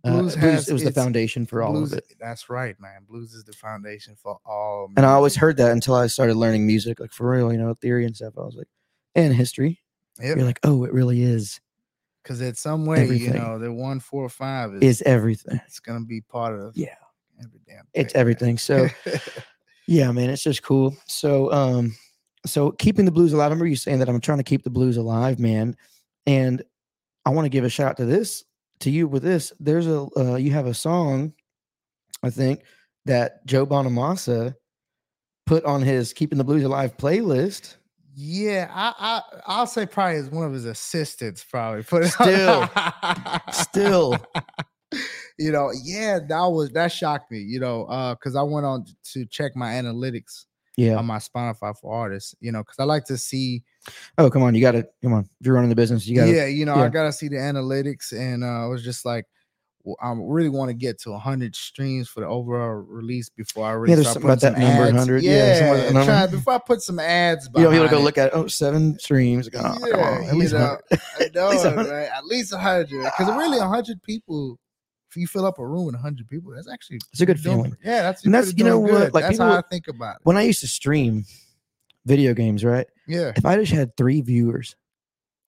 [SPEAKER 1] Uh,
[SPEAKER 2] Blues has
[SPEAKER 1] it was the
[SPEAKER 2] its-
[SPEAKER 1] foundation for all
[SPEAKER 2] blues,
[SPEAKER 1] of it.
[SPEAKER 2] That's right, man. Blues is the foundation for all.
[SPEAKER 1] And I
[SPEAKER 2] music.
[SPEAKER 1] always heard that until I started learning music, like for real, you know, theory and stuff. I was like, and history. You're
[SPEAKER 2] Yep.
[SPEAKER 1] like, oh, it really is
[SPEAKER 2] Because it's some way,
[SPEAKER 1] everything.
[SPEAKER 2] you know, the one four five is,
[SPEAKER 1] is everything.
[SPEAKER 2] it's gonna be part of.
[SPEAKER 1] Yeah.
[SPEAKER 2] Every damn.
[SPEAKER 1] It's
[SPEAKER 2] thing, man.
[SPEAKER 1] everything. So yeah, man, it's just cool. So um, so keeping the blues alive. I remember you saying that I'm trying to keep the blues alive, man. And I want to give a shout out to this to you with this. There's a uh, you have a song, I think, that Joe Bonamassa put on his Keeping the Blues Alive playlist.
[SPEAKER 2] yeah, I, I I'll say probably as one of his assistants probably put it
[SPEAKER 1] Still.
[SPEAKER 2] on-
[SPEAKER 1] Still,
[SPEAKER 2] you know, yeah, that was that shocked me, you know, uh, because I went on to check my analytics
[SPEAKER 1] yeah.
[SPEAKER 2] on my Spotify for artists, you know, because I like to see
[SPEAKER 1] Oh, come on, you got to come on. If you're running the business, you got to.
[SPEAKER 2] yeah, you know,
[SPEAKER 1] yeah.
[SPEAKER 2] I gotta see the analytics, and uh, I was just like, well, I really want to get to hundred streams for the overall release before I release.
[SPEAKER 1] there's
[SPEAKER 2] I'll
[SPEAKER 1] something
[SPEAKER 2] put
[SPEAKER 1] about
[SPEAKER 2] some
[SPEAKER 1] that number,
[SPEAKER 2] ads-
[SPEAKER 1] 100, yeah, something
[SPEAKER 2] Yeah,
[SPEAKER 1] about that number.
[SPEAKER 2] try- before I put some ads,
[SPEAKER 1] You know, people go
[SPEAKER 2] behind it.
[SPEAKER 1] look at oh seven streams. Like, oh, come on, at
[SPEAKER 2] you
[SPEAKER 1] least
[SPEAKER 2] know,
[SPEAKER 1] 100.
[SPEAKER 2] I know,
[SPEAKER 1] least
[SPEAKER 2] right?
[SPEAKER 1] 100.
[SPEAKER 2] At least hundred, because really hundred people. If you fill up a room with hundred people, that's actually
[SPEAKER 1] It's a good
[SPEAKER 2] doing-
[SPEAKER 1] feeling.
[SPEAKER 2] Yeah, that's
[SPEAKER 1] And that's-
[SPEAKER 2] pretty
[SPEAKER 1] you know
[SPEAKER 2] doing
[SPEAKER 1] what,
[SPEAKER 2] good.
[SPEAKER 1] like,
[SPEAKER 2] that's
[SPEAKER 1] people-
[SPEAKER 2] how I think about it.
[SPEAKER 1] When I used to stream video games, right?
[SPEAKER 2] Yeah,
[SPEAKER 1] if I just had three viewers,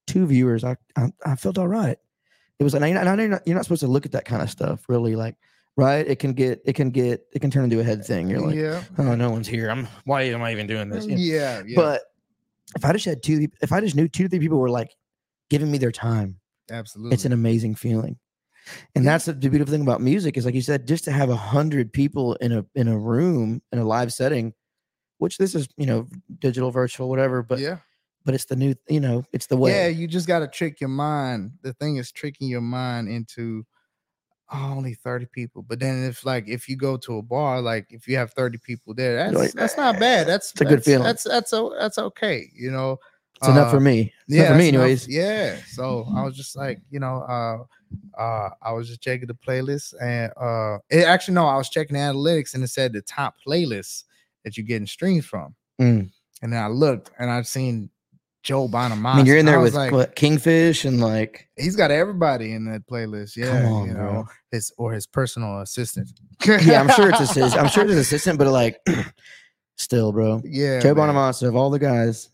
[SPEAKER 1] two viewers, I I, I felt all right. It was, and I, and I know you're not, you're not supposed to look at that kind of stuff, really. Like, right? It can get, it can get, it can turn into a head thing. You're like,
[SPEAKER 2] Uh, yeah,
[SPEAKER 1] oh, no one's here. I'm. Why am I even doing this? You know?
[SPEAKER 2] yeah, yeah,
[SPEAKER 1] But if I just had two, if I just knew two, three people were like giving me their time,
[SPEAKER 2] absolutely.
[SPEAKER 1] it's an amazing feeling. And
[SPEAKER 2] Mm. Yeah.
[SPEAKER 1] that's the beautiful thing about music is, like you said, just to have a hundred people in a in a room in a live setting, which this is, you know, digital, virtual, whatever. But
[SPEAKER 2] yeah,
[SPEAKER 1] but it's the new, you know, it's the way.
[SPEAKER 2] yeah, you just got to trick your mind. The thing is tricking your mind into "Oh, only 30 people. But then if like if you go to a bar, like if you have 30 people there, that's
[SPEAKER 1] like,
[SPEAKER 2] that's not bad. That's
[SPEAKER 1] it's a good
[SPEAKER 2] that's-
[SPEAKER 1] feeling.
[SPEAKER 2] That's that's o- that's okay, you know.
[SPEAKER 1] It's enough for
[SPEAKER 2] Uh,
[SPEAKER 1] me. It's enough for me,
[SPEAKER 2] that's enough.
[SPEAKER 1] anyways.
[SPEAKER 2] Yeah. So I was just like, you know, uh uh I was just checking the playlist and uh it actually no, I was checking the analytics and it said the top playlists that you're getting streams from.
[SPEAKER 1] Mm.
[SPEAKER 2] And then I looked and I've seen Joe Bonamassa.
[SPEAKER 1] I mean, you're in there
[SPEAKER 2] was
[SPEAKER 1] with what, Kingfish and like,
[SPEAKER 2] he's got everybody in that playlist. Yeah,
[SPEAKER 1] come on,
[SPEAKER 2] you know,
[SPEAKER 1] bro.
[SPEAKER 2] his or his personal assistant.
[SPEAKER 1] Yeah, I'm sure it's assist. I'm sure it's assistant, but like, still, bro.
[SPEAKER 2] yeah,
[SPEAKER 1] Joe
[SPEAKER 2] man.
[SPEAKER 1] Bonamassa of all the guys.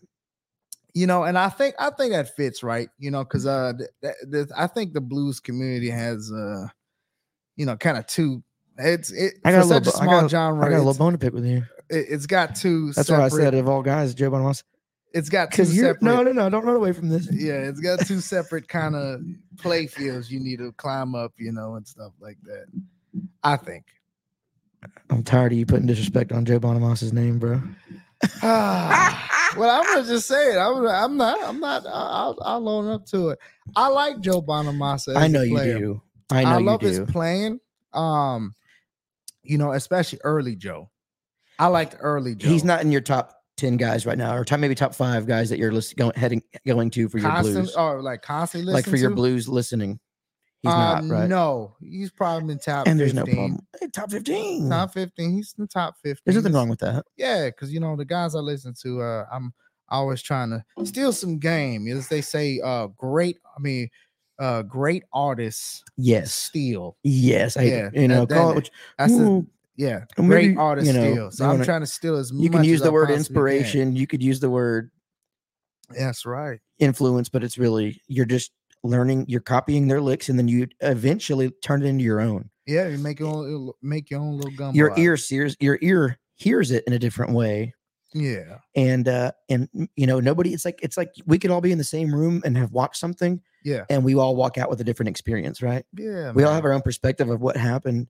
[SPEAKER 2] You know, and I think I think that fits right. You know, because
[SPEAKER 1] Mm-hmm.
[SPEAKER 2] uh, th- th- th- I think the blues community has uh, you know, kind of two. It's it
[SPEAKER 1] I got
[SPEAKER 2] for
[SPEAKER 1] a little
[SPEAKER 2] such a
[SPEAKER 1] bo- I
[SPEAKER 2] small
[SPEAKER 1] got a-
[SPEAKER 2] genre.
[SPEAKER 1] I got a little
[SPEAKER 2] it's,
[SPEAKER 1] bone to pick with you.
[SPEAKER 2] it- it's got two.
[SPEAKER 1] That's
[SPEAKER 2] separate,
[SPEAKER 1] why I said of all guys, Joe Bonamassa.
[SPEAKER 2] It's got two
[SPEAKER 1] Because you're
[SPEAKER 2] separate.
[SPEAKER 1] no, no, no. Don't run away from this.
[SPEAKER 2] yeah, it's got two separate kind of play fields you need to climb up, you know, and stuff like that. I think.
[SPEAKER 1] I'm tired of you putting disrespect on Joe Bonamassa's name, bro.
[SPEAKER 2] Ah, well, I'm gonna just say it. I'm, I'm not. I'm not. I- I'll, I'll own up to it. I like Joe Bonamassa. As
[SPEAKER 1] I know
[SPEAKER 2] a
[SPEAKER 1] you
[SPEAKER 2] player.
[SPEAKER 1] do. I know
[SPEAKER 2] I
[SPEAKER 1] you
[SPEAKER 2] love
[SPEAKER 1] do.
[SPEAKER 2] his playing. Um, you know, especially early Joe. I liked early Joe.
[SPEAKER 1] He's not in your top ten guys right now, or top, maybe top five guys that you're list, going heading going to for your
[SPEAKER 2] constant
[SPEAKER 1] blues.
[SPEAKER 2] or like constantly
[SPEAKER 1] like for your
[SPEAKER 2] blue.
[SPEAKER 1] blues listening. He's
[SPEAKER 2] Uh,
[SPEAKER 1] not right.
[SPEAKER 2] No, he's probably in top.
[SPEAKER 1] and there's
[SPEAKER 2] 15,
[SPEAKER 1] no problem. Hey, top fifteen.
[SPEAKER 2] Top fifteen. He's in the top fifteen.
[SPEAKER 1] there's nothing
[SPEAKER 2] It's-
[SPEAKER 1] wrong with that.
[SPEAKER 2] Yeah, because you know the guys I listen to, uh, I'm always trying to steal some game. As they say, uh, great. I mean, uh, great artists
[SPEAKER 1] Yes.
[SPEAKER 2] steal.
[SPEAKER 1] Yes. I,
[SPEAKER 2] Yeah,
[SPEAKER 1] You know,
[SPEAKER 2] that-
[SPEAKER 1] call it
[SPEAKER 2] that-
[SPEAKER 1] what you-
[SPEAKER 2] That's the,
[SPEAKER 1] Ooh,
[SPEAKER 2] yeah,
[SPEAKER 1] and
[SPEAKER 2] great
[SPEAKER 1] maybe, you
[SPEAKER 2] artists
[SPEAKER 1] know,
[SPEAKER 2] steal. So
[SPEAKER 1] they
[SPEAKER 2] I'm
[SPEAKER 1] wanna-
[SPEAKER 2] trying to steal as much.
[SPEAKER 1] you can use
[SPEAKER 2] as
[SPEAKER 1] the
[SPEAKER 2] I
[SPEAKER 1] word
[SPEAKER 2] possibly can.
[SPEAKER 1] inspiration. You could use the word
[SPEAKER 2] That's right.
[SPEAKER 1] influence, but it's really you're just learning, you're copying their licks, and then you eventually turn it into your own.
[SPEAKER 2] Yeah, you make your own make your own little gumbo.
[SPEAKER 1] Eh Your
[SPEAKER 2] out of it.
[SPEAKER 1] ear sears, your ear hears it in a different way.
[SPEAKER 2] Yeah.
[SPEAKER 1] And uh and mm, you know, nobody it's like it's like we could all be in the same room and have watched something
[SPEAKER 2] Yeah.
[SPEAKER 1] and we all walk out with a different experience, right?
[SPEAKER 2] Yeah.
[SPEAKER 1] we all
[SPEAKER 2] man.
[SPEAKER 1] have our own perspective of what happened.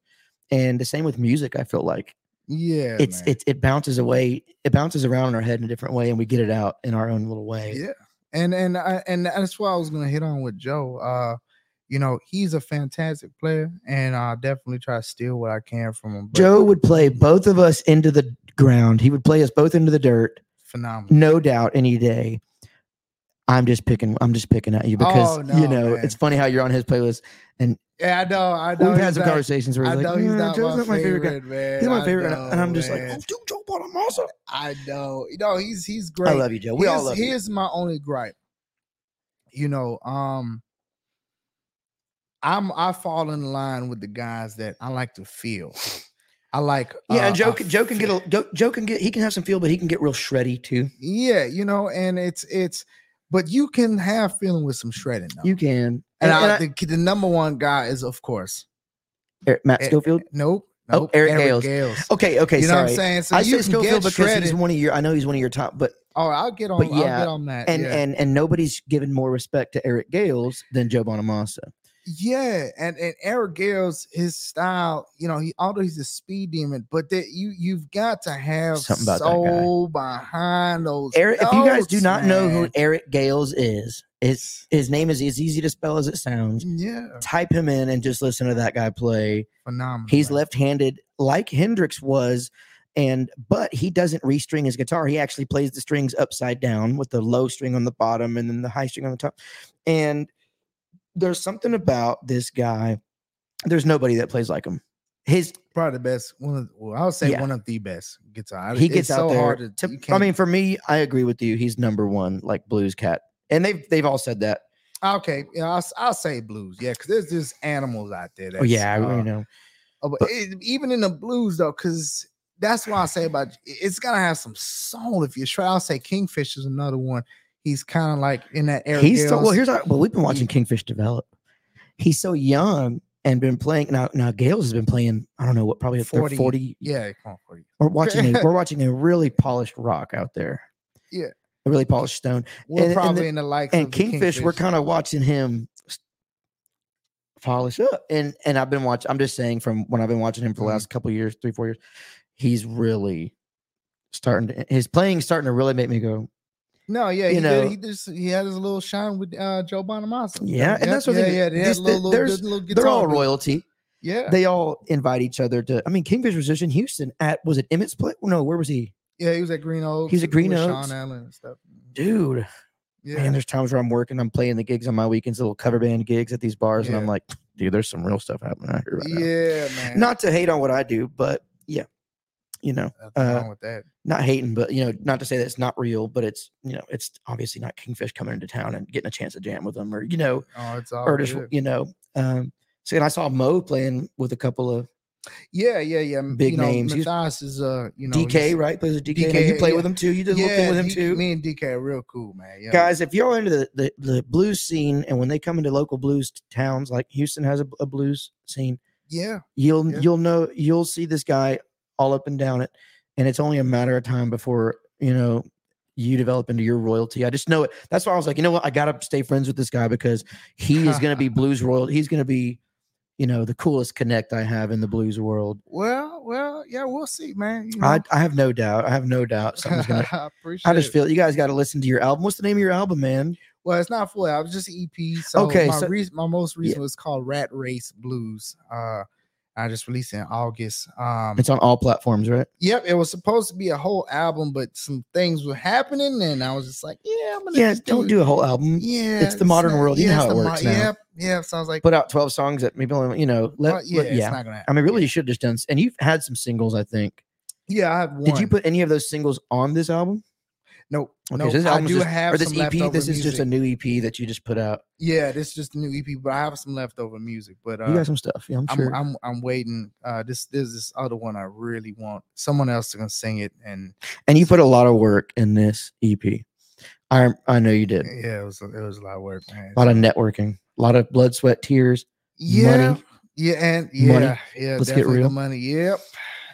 [SPEAKER 1] And the same with music, I feel like
[SPEAKER 2] Yeah.
[SPEAKER 1] it's
[SPEAKER 2] man.
[SPEAKER 1] it it bounces away, it bounces around in our head in a different way, and we get it out in our own little way.
[SPEAKER 2] Yeah. And and I and that's what I was gonna hit on with Joe. Uh, you know, he's a fantastic player, and I definitely try to steal what I can from him. but
[SPEAKER 1] Joe would play both of us into the ground. He would play us both into the dirt,
[SPEAKER 2] phenomenal.
[SPEAKER 1] no doubt, any day. I'm just picking. I'm just picking at you because
[SPEAKER 2] Oh,
[SPEAKER 1] you
[SPEAKER 2] no,
[SPEAKER 1] know
[SPEAKER 2] man.
[SPEAKER 1] it's funny how you're on his playlist.
[SPEAKER 2] Yeah, I know. I know.
[SPEAKER 1] We've had
[SPEAKER 2] he's
[SPEAKER 1] some
[SPEAKER 2] not-
[SPEAKER 1] conversations where
[SPEAKER 2] I
[SPEAKER 1] he's like,
[SPEAKER 2] know he's
[SPEAKER 1] "Mm,
[SPEAKER 2] not
[SPEAKER 1] Joe's
[SPEAKER 2] my, favorite, man.
[SPEAKER 1] He's my
[SPEAKER 2] I
[SPEAKER 1] favorite,"
[SPEAKER 2] know,
[SPEAKER 1] and I'm just like,
[SPEAKER 2] man.
[SPEAKER 1] "Oh, dude, Joe bought him awesome."
[SPEAKER 2] I know. You know, he's he's
[SPEAKER 1] I
[SPEAKER 2] great.
[SPEAKER 1] love you, Joe. We all
[SPEAKER 2] here's,
[SPEAKER 1] love you.
[SPEAKER 2] here's my only gripe. You know, um, I'm I fall in line with the guys that I like to feel. I like
[SPEAKER 1] Yeah,
[SPEAKER 2] uh,
[SPEAKER 1] and Joe
[SPEAKER 2] I
[SPEAKER 1] can Joe can get a Joe, Joe can get he can have some feel, but he can get real shreddy too.
[SPEAKER 2] Yeah, you know, and it's it's, but you can have feeling with some shredding. Though.
[SPEAKER 1] You can.
[SPEAKER 2] and, I,
[SPEAKER 1] and
[SPEAKER 2] think the number one guy is of course
[SPEAKER 1] Eric- Matt
[SPEAKER 2] eh,
[SPEAKER 1] Schofield.
[SPEAKER 2] nope,
[SPEAKER 1] Oh,
[SPEAKER 2] nope
[SPEAKER 1] Eric Gales. Okay, okay,
[SPEAKER 2] you know
[SPEAKER 1] sorry.
[SPEAKER 2] what I'm saying? So
[SPEAKER 1] I
[SPEAKER 2] you
[SPEAKER 1] say
[SPEAKER 2] can
[SPEAKER 1] Schofield
[SPEAKER 2] get
[SPEAKER 1] because
[SPEAKER 2] shredded.
[SPEAKER 1] he's one of your. I know he's one of your top, but
[SPEAKER 2] oh, I'll get on. I'll
[SPEAKER 1] yeah,
[SPEAKER 2] get on that.
[SPEAKER 1] and
[SPEAKER 2] yeah.
[SPEAKER 1] and and nobody's given more respect to Eric Gales than Joe Bonamassa.
[SPEAKER 2] Yeah, and and Eric Gales, his style, you know, he although he's a speed demon, but that you you've got to have
[SPEAKER 1] Something about that guy.
[SPEAKER 2] soul behind those.
[SPEAKER 1] Eric, if you guys do
[SPEAKER 2] notes,
[SPEAKER 1] not know who
[SPEAKER 2] man.
[SPEAKER 1] Eric Gales is, his his name is as easy to spell as it sounds.
[SPEAKER 2] yeah,
[SPEAKER 1] Type him in and just listen to that guy play.
[SPEAKER 2] phenomenal.
[SPEAKER 1] He's
[SPEAKER 2] man.
[SPEAKER 1] left-handed, like Hendrix was, and but he doesn't restring his guitar. He actually plays the strings upside down with the low string on the bottom and then the high string on the top. And there's something about this guy. There's nobody that plays like him. His
[SPEAKER 2] probably the best. One of, well, I'll say
[SPEAKER 1] Yeah.
[SPEAKER 2] one of the best guitar.
[SPEAKER 1] he
[SPEAKER 2] It's
[SPEAKER 1] gets out
[SPEAKER 2] so
[SPEAKER 1] there.
[SPEAKER 2] hard to-
[SPEAKER 1] to-
[SPEAKER 2] you
[SPEAKER 1] I
[SPEAKER 2] can't-
[SPEAKER 1] mean, for me, I agree with you. He's number one, like blues cat, and they've they've all said that.
[SPEAKER 2] okay, yeah, I'll, s- I'll say blues. Yeah, because there's just animals out there.
[SPEAKER 1] oh yeah, I-
[SPEAKER 2] uh,
[SPEAKER 1] you know,
[SPEAKER 2] Oh, but,
[SPEAKER 1] But-
[SPEAKER 2] it- even in the blues though, because that's why I say about it- it's gotta have some soul. If you try, I'll say Kingfish is another one. He's kind of like in that era.
[SPEAKER 1] he's so, well. Here's our, well, we've been
[SPEAKER 2] he-
[SPEAKER 1] watching Kingfish develop. He's so young and been playing now. Now Gales has been playing. I don't know what probably
[SPEAKER 2] 40.
[SPEAKER 1] forty. Forty.
[SPEAKER 2] yeah, come on, Cody.
[SPEAKER 1] We're watching. A, we're watching a really polished rock out there.
[SPEAKER 2] Yeah.
[SPEAKER 1] a really polished stone.
[SPEAKER 2] we're
[SPEAKER 1] And- and
[SPEAKER 2] probably
[SPEAKER 1] the-
[SPEAKER 2] in the likes
[SPEAKER 1] And
[SPEAKER 2] of the
[SPEAKER 1] Kingfish, we're kind of watching him s- polish up. And and I've been watching. I'm just saying from when I've been watching him for the
[SPEAKER 2] Mhm.
[SPEAKER 1] last couple years, three four years, he's really starting. To, his playing starting to really make me go.
[SPEAKER 2] no, yeah,
[SPEAKER 1] you
[SPEAKER 2] he,
[SPEAKER 1] know-
[SPEAKER 2] did, he just he had his little shine with uh, Joe Bonamassa.
[SPEAKER 1] Yeah, and that's what
[SPEAKER 2] yeah,
[SPEAKER 1] they do.
[SPEAKER 2] yeah, they had
[SPEAKER 1] This-
[SPEAKER 2] little, little,
[SPEAKER 1] there's-
[SPEAKER 2] good little
[SPEAKER 1] They're all
[SPEAKER 2] guitar dude.
[SPEAKER 1] royalty.
[SPEAKER 2] Yeah,
[SPEAKER 1] They all invite each other to. I mean, Kingfish was just in Houston at was it Emmett's play? No, where was he?
[SPEAKER 2] yeah, he was at Green Oaks.
[SPEAKER 1] He's at Green
[SPEAKER 2] with
[SPEAKER 1] Oaks.
[SPEAKER 2] Sean Allen and stuff.
[SPEAKER 1] Dude,
[SPEAKER 2] Yeah,
[SPEAKER 1] man, there's times where I'm working, I'm playing the gigs on my weekends, little cover band gigs at these bars, and I'm
[SPEAKER 2] Yeah.
[SPEAKER 1] like, dude, there's some real stuff happening out here right now.
[SPEAKER 2] yeah, man.
[SPEAKER 1] Not to hate on what I do, but yeah, you know,
[SPEAKER 2] Nothing
[SPEAKER 1] uh,
[SPEAKER 2] wrong with that.
[SPEAKER 1] not hating, but you know, not to say that it's not real, but it's you know, it's obviously not Kingfish coming into town and getting a chance to jam with them, or you know,
[SPEAKER 2] Oh, it's all
[SPEAKER 1] or just
[SPEAKER 2] good.
[SPEAKER 1] you know, um. So and I saw Mo playing with a couple of
[SPEAKER 2] Yeah, yeah, yeah. m-
[SPEAKER 1] Big
[SPEAKER 2] you know,
[SPEAKER 1] names. He's-
[SPEAKER 2] Matthias is uh, you know,
[SPEAKER 1] DK,
[SPEAKER 2] he's-
[SPEAKER 1] right? Plays with DK.
[SPEAKER 2] DK,
[SPEAKER 1] you play
[SPEAKER 2] yeah.
[SPEAKER 1] with him too. You did a little
[SPEAKER 2] Yeah,
[SPEAKER 1] thing with him
[SPEAKER 2] he-
[SPEAKER 1] too.
[SPEAKER 2] Me and DK are real cool, man. Yeah,
[SPEAKER 1] guys if you're into the, the the blues scene and when they come into local blues t- towns like houston has a, a blues scene
[SPEAKER 2] Yeah,
[SPEAKER 1] you'll
[SPEAKER 2] Yeah.
[SPEAKER 1] you'll know you'll see this guy all up and down it and it's only a matter of time before you know you develop into your royalty i just know it that's why i was like you know what i gotta stay friends with this guy because he is gonna be blues royal he's gonna be you know the coolest connect i have in the blues world
[SPEAKER 2] Well, well, yeah, we'll see, man. You know?
[SPEAKER 1] I, I have no doubt i have no doubt something's gonna
[SPEAKER 2] I appreciate.
[SPEAKER 1] i just
[SPEAKER 2] it.
[SPEAKER 1] feel you guys gotta listen to your album what's the name of your album man
[SPEAKER 2] well, it's not full. I was just EP. So
[SPEAKER 1] Okay,
[SPEAKER 2] my,
[SPEAKER 1] so-
[SPEAKER 2] re- my most recent was called Rat Race Blues. Uh, I just released it in August. Um,
[SPEAKER 1] it's on all platforms right
[SPEAKER 2] yep, it was supposed to be a whole album, but some things were happening, and I was just like, yeah, I'm gonna
[SPEAKER 1] yeah
[SPEAKER 2] just
[SPEAKER 1] don't
[SPEAKER 2] it.
[SPEAKER 1] do a whole album
[SPEAKER 2] Yeah,
[SPEAKER 1] the modern world. You know
[SPEAKER 2] it's
[SPEAKER 1] how it
[SPEAKER 2] the mo-
[SPEAKER 1] works now.
[SPEAKER 2] Yep, yep. So I was like,
[SPEAKER 1] put out 12 songs that maybe only you know let,
[SPEAKER 2] well,
[SPEAKER 1] let-
[SPEAKER 2] yeah,
[SPEAKER 1] yeah,
[SPEAKER 2] it's not gonna happen.
[SPEAKER 1] i mean really you should have just done s- and you've had some singles i think
[SPEAKER 2] Yeah, I have one.
[SPEAKER 1] did you put any of those singles on this album
[SPEAKER 2] Nope.
[SPEAKER 1] Okay,
[SPEAKER 2] nope.
[SPEAKER 1] so this
[SPEAKER 2] I
[SPEAKER 1] album's
[SPEAKER 2] do
[SPEAKER 1] just-
[SPEAKER 2] have
[SPEAKER 1] or this
[SPEAKER 2] some
[SPEAKER 1] ep
[SPEAKER 2] leftover
[SPEAKER 1] this is just a
[SPEAKER 2] music.
[SPEAKER 1] new ep that you just put out
[SPEAKER 2] yeah. This is just a new EP, but I have some leftover music. But uh,
[SPEAKER 1] you got some stuff yeah i'm
[SPEAKER 2] I'm,
[SPEAKER 1] sure
[SPEAKER 2] I'm I'm waiting. Uh, this there's this other one I really want. Someone else is gonna sing it, and
[SPEAKER 1] and you put a lot of work in this ep E I I know you did.
[SPEAKER 2] Yeah, it was it was a lot of work, man.
[SPEAKER 1] A lot of networking, a lot of blood, sweat, tears.
[SPEAKER 2] yeah,
[SPEAKER 1] money.
[SPEAKER 2] yeah, and yeah,
[SPEAKER 1] Money.
[SPEAKER 2] yeah.
[SPEAKER 1] Let's get
[SPEAKER 2] definitely the
[SPEAKER 1] real.
[SPEAKER 2] money. Yep.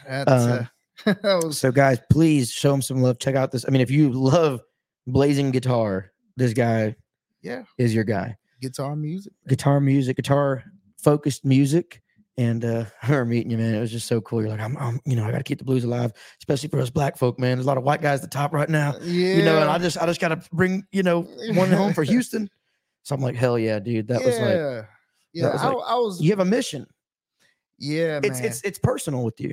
[SPEAKER 2] That's,
[SPEAKER 1] Um,
[SPEAKER 2] uh, that was-
[SPEAKER 1] So guys, please show him some love. Check out this. I mean, if you love blazing guitar, this guy
[SPEAKER 2] yeah,
[SPEAKER 1] is your guy.
[SPEAKER 2] guitar music.
[SPEAKER 1] guitar music, guitar focused music. And uh, her meeting you, man, it was just so cool. You're like, I'm, I'm you know, I got to keep the blues alive, especially for us black folk, man. There's a lot of white guys at the top right now,
[SPEAKER 2] Yeah,
[SPEAKER 1] you know. And I just, I just got to bring, you know, one home for Houston. So I'm like, hell yeah, dude. That was like,
[SPEAKER 2] yeah. yeah,
[SPEAKER 1] was
[SPEAKER 2] I,
[SPEAKER 1] like-
[SPEAKER 2] I was.
[SPEAKER 1] you have a mission.
[SPEAKER 2] Yeah,
[SPEAKER 1] It's,
[SPEAKER 2] man.
[SPEAKER 1] it's, it's personal with you.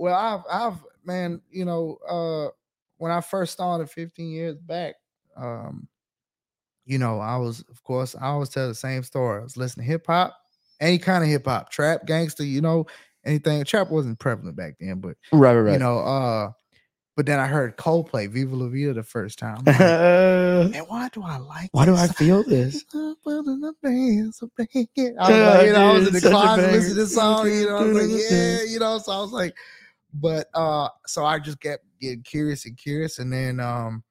[SPEAKER 2] Well, I've, I've, man, you know, uh, when I first started 15 years back, um, you know, I was, of course, I always tell the same story. I was listening to hip hop, any kind of hip hop, trap, gangster, you know, anything. Trap wasn't prevalent back then, but
[SPEAKER 1] Right, right,
[SPEAKER 2] you know, uh, but then I heard Coldplay, "Viva La Vida" the first time. I'm like,
[SPEAKER 1] Uh,
[SPEAKER 2] Man, why do I like?
[SPEAKER 1] why do I
[SPEAKER 2] this?
[SPEAKER 1] feel this?
[SPEAKER 2] I was like, you know,
[SPEAKER 1] Yeah,
[SPEAKER 2] I was
[SPEAKER 1] dude,
[SPEAKER 2] in the
[SPEAKER 1] such a
[SPEAKER 2] closet
[SPEAKER 1] banger.
[SPEAKER 2] listening to this song, you know, I was like, yeah,
[SPEAKER 1] Yeah.
[SPEAKER 2] you know, so I was like, but uh, so I just kept getting curious and curious, and then um,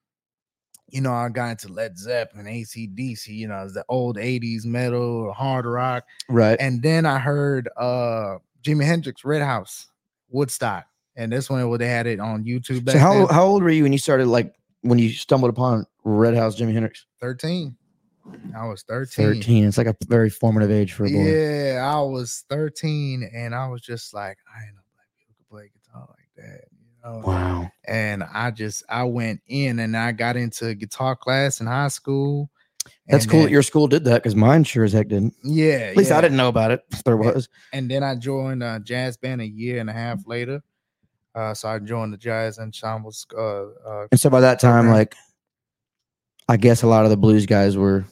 [SPEAKER 2] you know, I got into Led Zeppelin, ACDC, you know, it's the old 80s metal, hard rock,
[SPEAKER 1] Right.
[SPEAKER 2] and then I heard uh Jimi Hendrix, Red House, Woodstock, and that's when they had it on YouTube back
[SPEAKER 1] So how,
[SPEAKER 2] then,
[SPEAKER 1] how old were you when you started, like, when you stumbled upon Red House Jimi Hendrix?
[SPEAKER 2] 13. I was 13.
[SPEAKER 1] 13. It's like a very formative age for a boy.
[SPEAKER 2] Yeah, I was 13 and I was just like, I ain't no black people could play guitar like that, you know.
[SPEAKER 1] Wow.
[SPEAKER 2] And I just I went in and I got into guitar class in high school.
[SPEAKER 1] That's
[SPEAKER 2] and
[SPEAKER 1] cool
[SPEAKER 2] then-
[SPEAKER 1] that your school did that because mine sure as heck didn't.
[SPEAKER 2] yeah.
[SPEAKER 1] At least
[SPEAKER 2] yeah.
[SPEAKER 1] I didn't know about it. There
[SPEAKER 2] Yeah.
[SPEAKER 1] was.
[SPEAKER 2] And then I joined a jazz band a year and a half
[SPEAKER 1] Mm-hmm.
[SPEAKER 2] later. Uh, so I joined the jazz ensemble. sc- Uh, uh,
[SPEAKER 1] And so by that time,
[SPEAKER 2] Program.
[SPEAKER 1] like, I guess a lot of the blues guys were,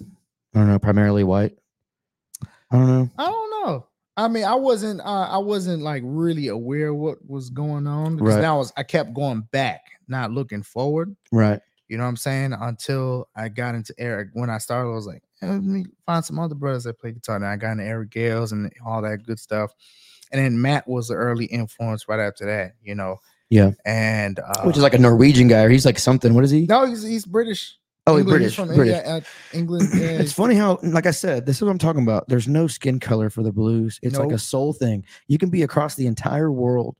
[SPEAKER 1] I don't know, primarily white. I don't know.
[SPEAKER 2] I don't know. I mean, I wasn't. Uh, I wasn't like really aware what was going on because
[SPEAKER 1] Right.
[SPEAKER 2] now I was. I kept going back, not looking forward.
[SPEAKER 1] Right.
[SPEAKER 2] You know what I'm saying? Until I got into Eric, when I started, I was like, "Eh, let me find some other brothers that play guitar. And I got into Eric Gales and all that good stuff. And then Matt was the early influence right after that, you know.
[SPEAKER 1] Yeah.
[SPEAKER 2] And uh,
[SPEAKER 1] Which is like a Norwegian guy, or he's like something. What is he?
[SPEAKER 2] no, he's, he's British.
[SPEAKER 1] oh, he's
[SPEAKER 2] England,
[SPEAKER 1] British.
[SPEAKER 2] from
[SPEAKER 1] British.
[SPEAKER 2] India, uh, England. Yeah,
[SPEAKER 1] it's
[SPEAKER 2] he's-
[SPEAKER 1] funny how, like I said, this is what I'm talking about. There's no skin color for the blues. It's like a
[SPEAKER 2] Nope.
[SPEAKER 1] soul thing. You can be across the entire world.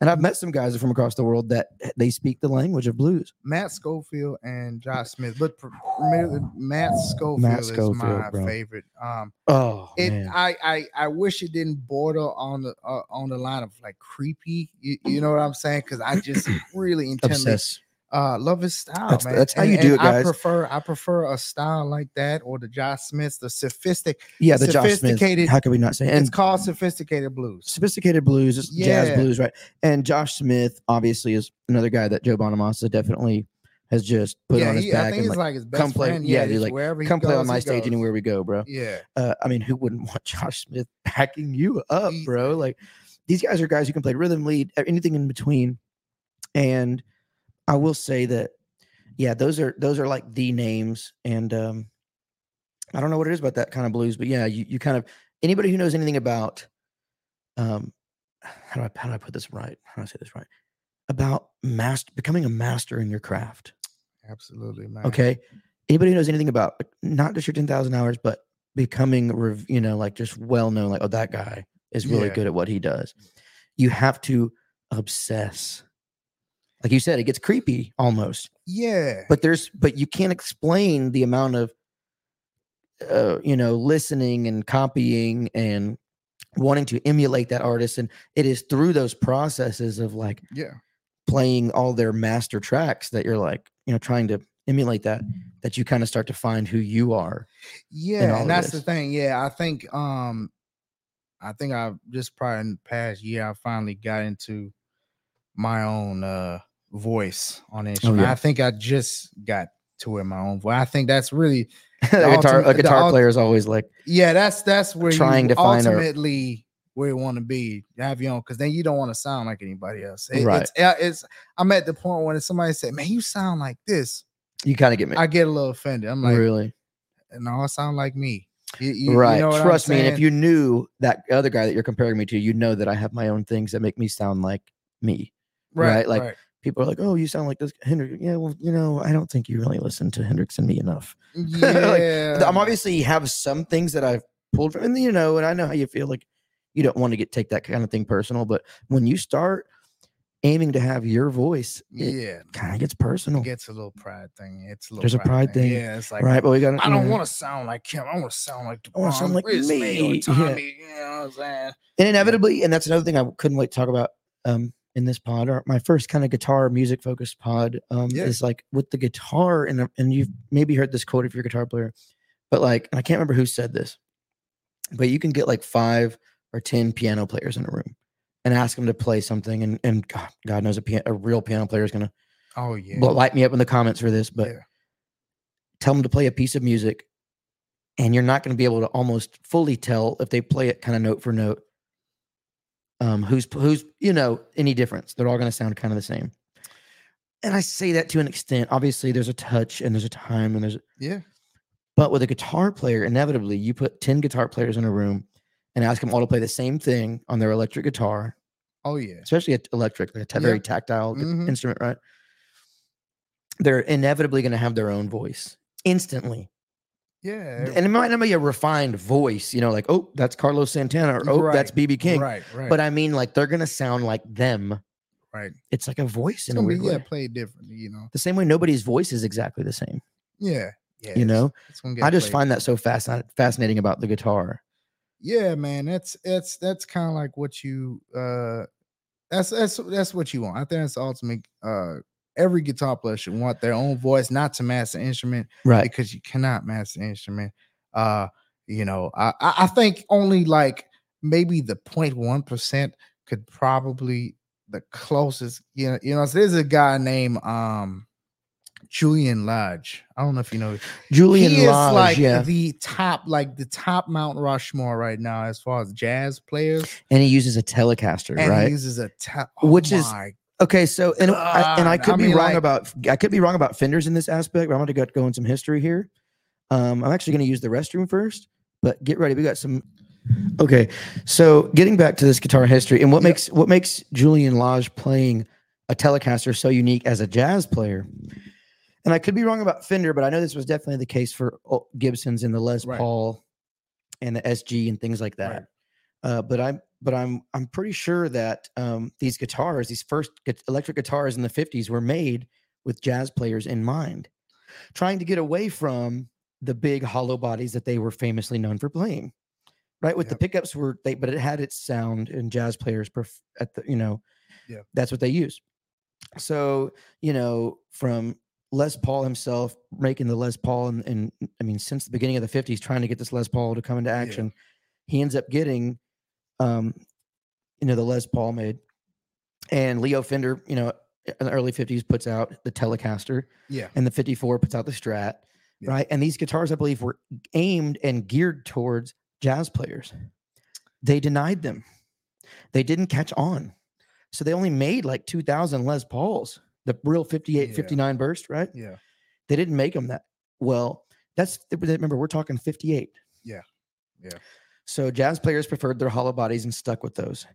[SPEAKER 1] And I've met some guys from across the world that they speak the language of blues.
[SPEAKER 2] Matt Schofield and Josh Smith, but pr- primarily Matt Schofield,
[SPEAKER 1] Schofield,
[SPEAKER 2] is my
[SPEAKER 1] bro.
[SPEAKER 2] favorite. Um,
[SPEAKER 1] Oh,
[SPEAKER 2] it
[SPEAKER 1] man.
[SPEAKER 2] I, I i wish it didn't border on the uh, on the line of like creepy you, you know what i'm saying because i just really intently
[SPEAKER 1] Obsessed.
[SPEAKER 2] uh love his style
[SPEAKER 1] That's-
[SPEAKER 2] man.
[SPEAKER 1] that's how
[SPEAKER 2] And-
[SPEAKER 1] you do
[SPEAKER 2] and
[SPEAKER 1] it, guys.
[SPEAKER 2] i prefer i prefer a style like that or the josh smiths the sophistic
[SPEAKER 1] Yeah, the Josh Smith.
[SPEAKER 2] sophisticated-
[SPEAKER 1] How could we not say?
[SPEAKER 2] it's
[SPEAKER 1] And
[SPEAKER 2] called sophisticated blues
[SPEAKER 1] sophisticated blues, it's jazz
[SPEAKER 2] Yeah.
[SPEAKER 1] blues, right? And Josh Smith obviously is another guy that Joe Bonamassa definitely has just put
[SPEAKER 2] yeah
[SPEAKER 1] on his
[SPEAKER 2] he, i
[SPEAKER 1] back
[SPEAKER 2] think
[SPEAKER 1] and
[SPEAKER 2] it's
[SPEAKER 1] like,
[SPEAKER 2] like, his best
[SPEAKER 1] come play-
[SPEAKER 2] friend
[SPEAKER 1] yeah,
[SPEAKER 2] yeah,
[SPEAKER 1] dude,
[SPEAKER 2] just
[SPEAKER 1] like,
[SPEAKER 2] wherever he
[SPEAKER 1] come play on
[SPEAKER 2] goes,
[SPEAKER 1] my
[SPEAKER 2] he
[SPEAKER 1] stage
[SPEAKER 2] goes.
[SPEAKER 1] anywhere we go, bro.
[SPEAKER 2] yeah
[SPEAKER 1] Uh, I mean, who wouldn't want Josh Smith backing you up,
[SPEAKER 2] He-
[SPEAKER 1] bro? Like these guys are guys who can play rhythm, lead, uh, anything in between. And I will say that, yeah, those are those are like the names, and um, I don't know what it is about that kind of blues, but yeah, you you kind of anybody who knows anything about, um, how do I how do I put this right? How do I say this right? About master becoming a master in your craft.
[SPEAKER 2] absolutely man
[SPEAKER 1] Okay. Anybody who knows anything about like, not just your 10,000 hours, but becoming, rev- you know, like just well known, like, oh, that guy is really
[SPEAKER 2] Yeah.
[SPEAKER 1] good at what he does. You have to obsess. Like you said, it gets creepy almost,
[SPEAKER 2] yeah
[SPEAKER 1] but there's, but you can't explain the amount of, uh, you know, listening and copying and wanting to emulate that artist. And it is through those processes of like,
[SPEAKER 2] yeah
[SPEAKER 1] playing all their master tracks that you're like, you know, trying to emulate that, that you kind of start to find who you are. all
[SPEAKER 2] yeah
[SPEAKER 1] of
[SPEAKER 2] and that's the
[SPEAKER 1] this.
[SPEAKER 2] thing yeah i think um i think i've just probably in the past year i finally got into my own uh voice on the instrument
[SPEAKER 1] Oh, yeah.
[SPEAKER 2] i think i just got to it my own voice i think that's really
[SPEAKER 1] a guitar,
[SPEAKER 2] ultimate-
[SPEAKER 1] a
[SPEAKER 2] the
[SPEAKER 1] guitar
[SPEAKER 2] ult-
[SPEAKER 1] player is always like,
[SPEAKER 2] yeah that's that's where
[SPEAKER 1] Trying to
[SPEAKER 2] you
[SPEAKER 1] find a-
[SPEAKER 2] ultimately where you want to be have your own because then you don't want to sound like anybody else It-
[SPEAKER 1] Right.
[SPEAKER 2] it's, yeah, it's i'm at the point when somebody said man you sound like this
[SPEAKER 1] you kind of get me.
[SPEAKER 2] i get a little offended i'm like
[SPEAKER 1] really?
[SPEAKER 2] no i sound like me You- you- you
[SPEAKER 1] right.
[SPEAKER 2] know what I'm
[SPEAKER 1] Trust me. And if
[SPEAKER 2] saying?
[SPEAKER 1] you knew that other guy that you're comparing me to, you know that I have my own things that make me sound like me. right, like, people are like, "Oh, you sound like this Hendrix." Yeah, well, you know, I don't think you really listen to Hendrix and me enough. Like,
[SPEAKER 2] Yeah.
[SPEAKER 1] I'm obviously have some things that I've pulled from, and you know, and I know how you feel. Like you don't want to get take that kind of thing personal, but when you start aiming to have your voice, it
[SPEAKER 2] yeah.
[SPEAKER 1] kind of gets personal,
[SPEAKER 2] It gets a little pride thing. It's a little
[SPEAKER 1] There's a pride thing,
[SPEAKER 2] Yeah, it's like
[SPEAKER 1] right? But we got.
[SPEAKER 2] I don't want to sound like him. I want to sound like
[SPEAKER 1] I wanna sound
[SPEAKER 2] DeBron
[SPEAKER 1] like
[SPEAKER 2] Grisman
[SPEAKER 1] me. Yeah.
[SPEAKER 2] or Tommy. You know what I'm saying?
[SPEAKER 1] and inevitably, and that's another thing I couldn't wait to talk about um, in this pod. Or my first kind of guitar music focused pod um,
[SPEAKER 2] Yeah.
[SPEAKER 1] is like with the guitar, and the- and you've maybe heard this quote if you're a guitar player, but like I can't remember who said this, but you can get like five or ten piano players in a room and ask them to play something, and and God, God knows a pian- a real piano player is gonna
[SPEAKER 2] Oh yeah.
[SPEAKER 1] bl- light me up in the comments for this, but
[SPEAKER 2] Yeah.
[SPEAKER 1] tell them to play a piece of music. And you're not going to be able to almost fully tell if they play it kind of note for note, um, who's p- who's you know any difference. They're all going to sound kind of the same. And I say that to an extent. Obviously, there's a touch and there's a time and there's
[SPEAKER 2] yeah.
[SPEAKER 1] but with a guitar player, inevitably, you put ten guitar players in a room and ask them all to play the same thing on their electric guitar,
[SPEAKER 2] Oh yeah.
[SPEAKER 1] especially a- electric, like a ta-
[SPEAKER 2] Yeah.
[SPEAKER 1] very tactile gu-
[SPEAKER 2] Mhm.
[SPEAKER 1] instrument, right? They're inevitably going to have their own voice instantly,
[SPEAKER 2] Yeah.
[SPEAKER 1] and it might not be a refined voice, you know, like oh, that's Carlos Santana, or oh, that's
[SPEAKER 2] Right,
[SPEAKER 1] BB King.
[SPEAKER 2] Right. Right.
[SPEAKER 1] But I mean, like they're going to sound like them.
[SPEAKER 2] right.
[SPEAKER 1] It's like a voice
[SPEAKER 2] It's
[SPEAKER 1] in a
[SPEAKER 2] gonna be
[SPEAKER 1] weird
[SPEAKER 2] yeah,
[SPEAKER 1] way.
[SPEAKER 2] played differently. You know.
[SPEAKER 1] The same way nobody's voice is exactly the same.
[SPEAKER 2] Yeah. Yeah.
[SPEAKER 1] you
[SPEAKER 2] it's-
[SPEAKER 1] know,
[SPEAKER 2] It's gonna
[SPEAKER 1] I
[SPEAKER 2] get
[SPEAKER 1] just
[SPEAKER 2] played
[SPEAKER 1] find that so fascin- fascinating about the guitar.
[SPEAKER 2] yeah man that's that's that's kind of like what you uh that's that's that's what you want i think that's the ultimate uh every guitar player should want their own voice not to master instrument
[SPEAKER 1] Right.
[SPEAKER 2] because you cannot master instrument uh you know i i I think only like maybe the 0.1 percent could probably the closest you know you know so there's a guy named um julian lodge i don't know if you know
[SPEAKER 1] Julian
[SPEAKER 2] he
[SPEAKER 1] Lodge,
[SPEAKER 2] is like
[SPEAKER 1] yeah,
[SPEAKER 2] the top, like the top Mount Rushmore right now as far as jazz players,
[SPEAKER 1] and he uses a Telecaster,
[SPEAKER 2] and
[SPEAKER 1] right?
[SPEAKER 2] he uses a oh top,
[SPEAKER 1] Which is- okay, so and I, and I
[SPEAKER 2] God,
[SPEAKER 1] could
[SPEAKER 2] I
[SPEAKER 1] be
[SPEAKER 2] mean,
[SPEAKER 1] wrong
[SPEAKER 2] like-
[SPEAKER 1] about I could be wrong about fenders in this aspect. But I'm going to go, go in some history here. Um, I'm actually going to use the restroom first, but get ready. We got some. Okay, so getting back to this guitar history and what
[SPEAKER 2] Yeah.
[SPEAKER 1] makes what makes Julian Lodge playing a Telecaster so unique as a jazz player. And I could be wrong about Fender, but I know this was definitely the case for uh, Gibsons and the Les
[SPEAKER 2] Right.
[SPEAKER 1] Paul and the SG and things like that.
[SPEAKER 2] Right.
[SPEAKER 1] Uh, but I'm but I'm I'm pretty sure that um, these guitars, these first gu- electric guitars in the '50s, were made with jazz players in mind, trying to get away from the big hollow bodies that they were famously known for playing. Right, with the
[SPEAKER 2] Yep.
[SPEAKER 1] pickups were they, but it had its sound, and jazz players pref- at the you know,
[SPEAKER 2] Yeah.
[SPEAKER 1] that's what they used. So you know, from Les Paul himself making the Les Paul, and, and I mean, since the beginning of the '50s, trying to get this Les Paul to come into
[SPEAKER 2] Yeah.
[SPEAKER 1] action, he ends up getting um, you know, the Les Paul made. And Leo Fender, you know, in the early 50s puts out the Telecaster
[SPEAKER 2] yeah,
[SPEAKER 1] and the 54 puts out the Strat,
[SPEAKER 2] Yeah.
[SPEAKER 1] right? And these guitars, I believe, were aimed and geared towards jazz players. They denied them, they didn't catch on. So they only made like 2,000 Les Pauls, the real 58,
[SPEAKER 2] Yeah.
[SPEAKER 1] 59 burst, right?
[SPEAKER 2] yeah,
[SPEAKER 1] They didn't make them that well. That's remember we're talking 58.
[SPEAKER 2] Yeah. Yeah.
[SPEAKER 1] So jazz players preferred their hollow bodies and stuck with those.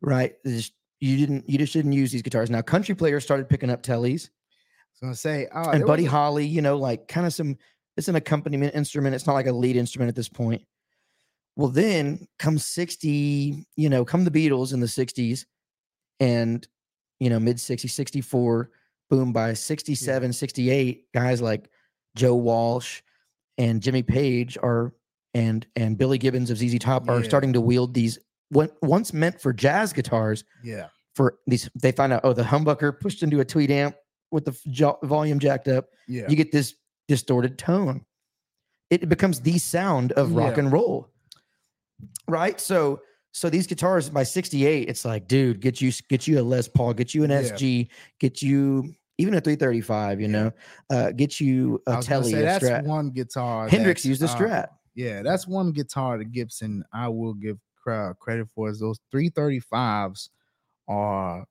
[SPEAKER 1] Right? They just- you didn't you just didn't use these guitars. Now country players started picking up tellies
[SPEAKER 2] I was gonna say, oh,
[SPEAKER 1] and
[SPEAKER 2] there
[SPEAKER 1] Buddy
[SPEAKER 2] was a-
[SPEAKER 1] Holly, you know, like kind of some it's an accompaniment instrument. It's not like a lead instrument at this point. Well, then come 60, you know, come the Beatles in the 60s and you know, mid 60s, 64, boom, by 67, 68, guys like Joe Walsh and Jimmy Page are and and Billy Gibbons of ZZ Top are
[SPEAKER 2] Yeah.
[SPEAKER 1] starting to wield these what once meant for jazz guitars
[SPEAKER 2] yeah,
[SPEAKER 1] for these they find out oh the humbucker pushed into a tweet amp with the f- jo- volume jacked up
[SPEAKER 2] yeah,
[SPEAKER 1] you get this distorted tone. It becomes the sound of rock
[SPEAKER 2] Yeah.
[SPEAKER 1] and roll. Right? So so these guitars by 68, it's like, dude, get you get you a Les Paul, get you an
[SPEAKER 2] Yeah.
[SPEAKER 1] SG, get you even a 335, you
[SPEAKER 2] Yeah.
[SPEAKER 1] know, uh, get you
[SPEAKER 2] I
[SPEAKER 1] a
[SPEAKER 2] was gonna
[SPEAKER 1] Telly,
[SPEAKER 2] say,
[SPEAKER 1] a
[SPEAKER 2] that's
[SPEAKER 1] Strat.
[SPEAKER 2] one guitar.
[SPEAKER 1] Hendrix
[SPEAKER 2] that,
[SPEAKER 1] used a
[SPEAKER 2] uh,
[SPEAKER 1] Strat.
[SPEAKER 2] yeah, that's one guitar to Gibson. I will give crowd credit for is those 335s are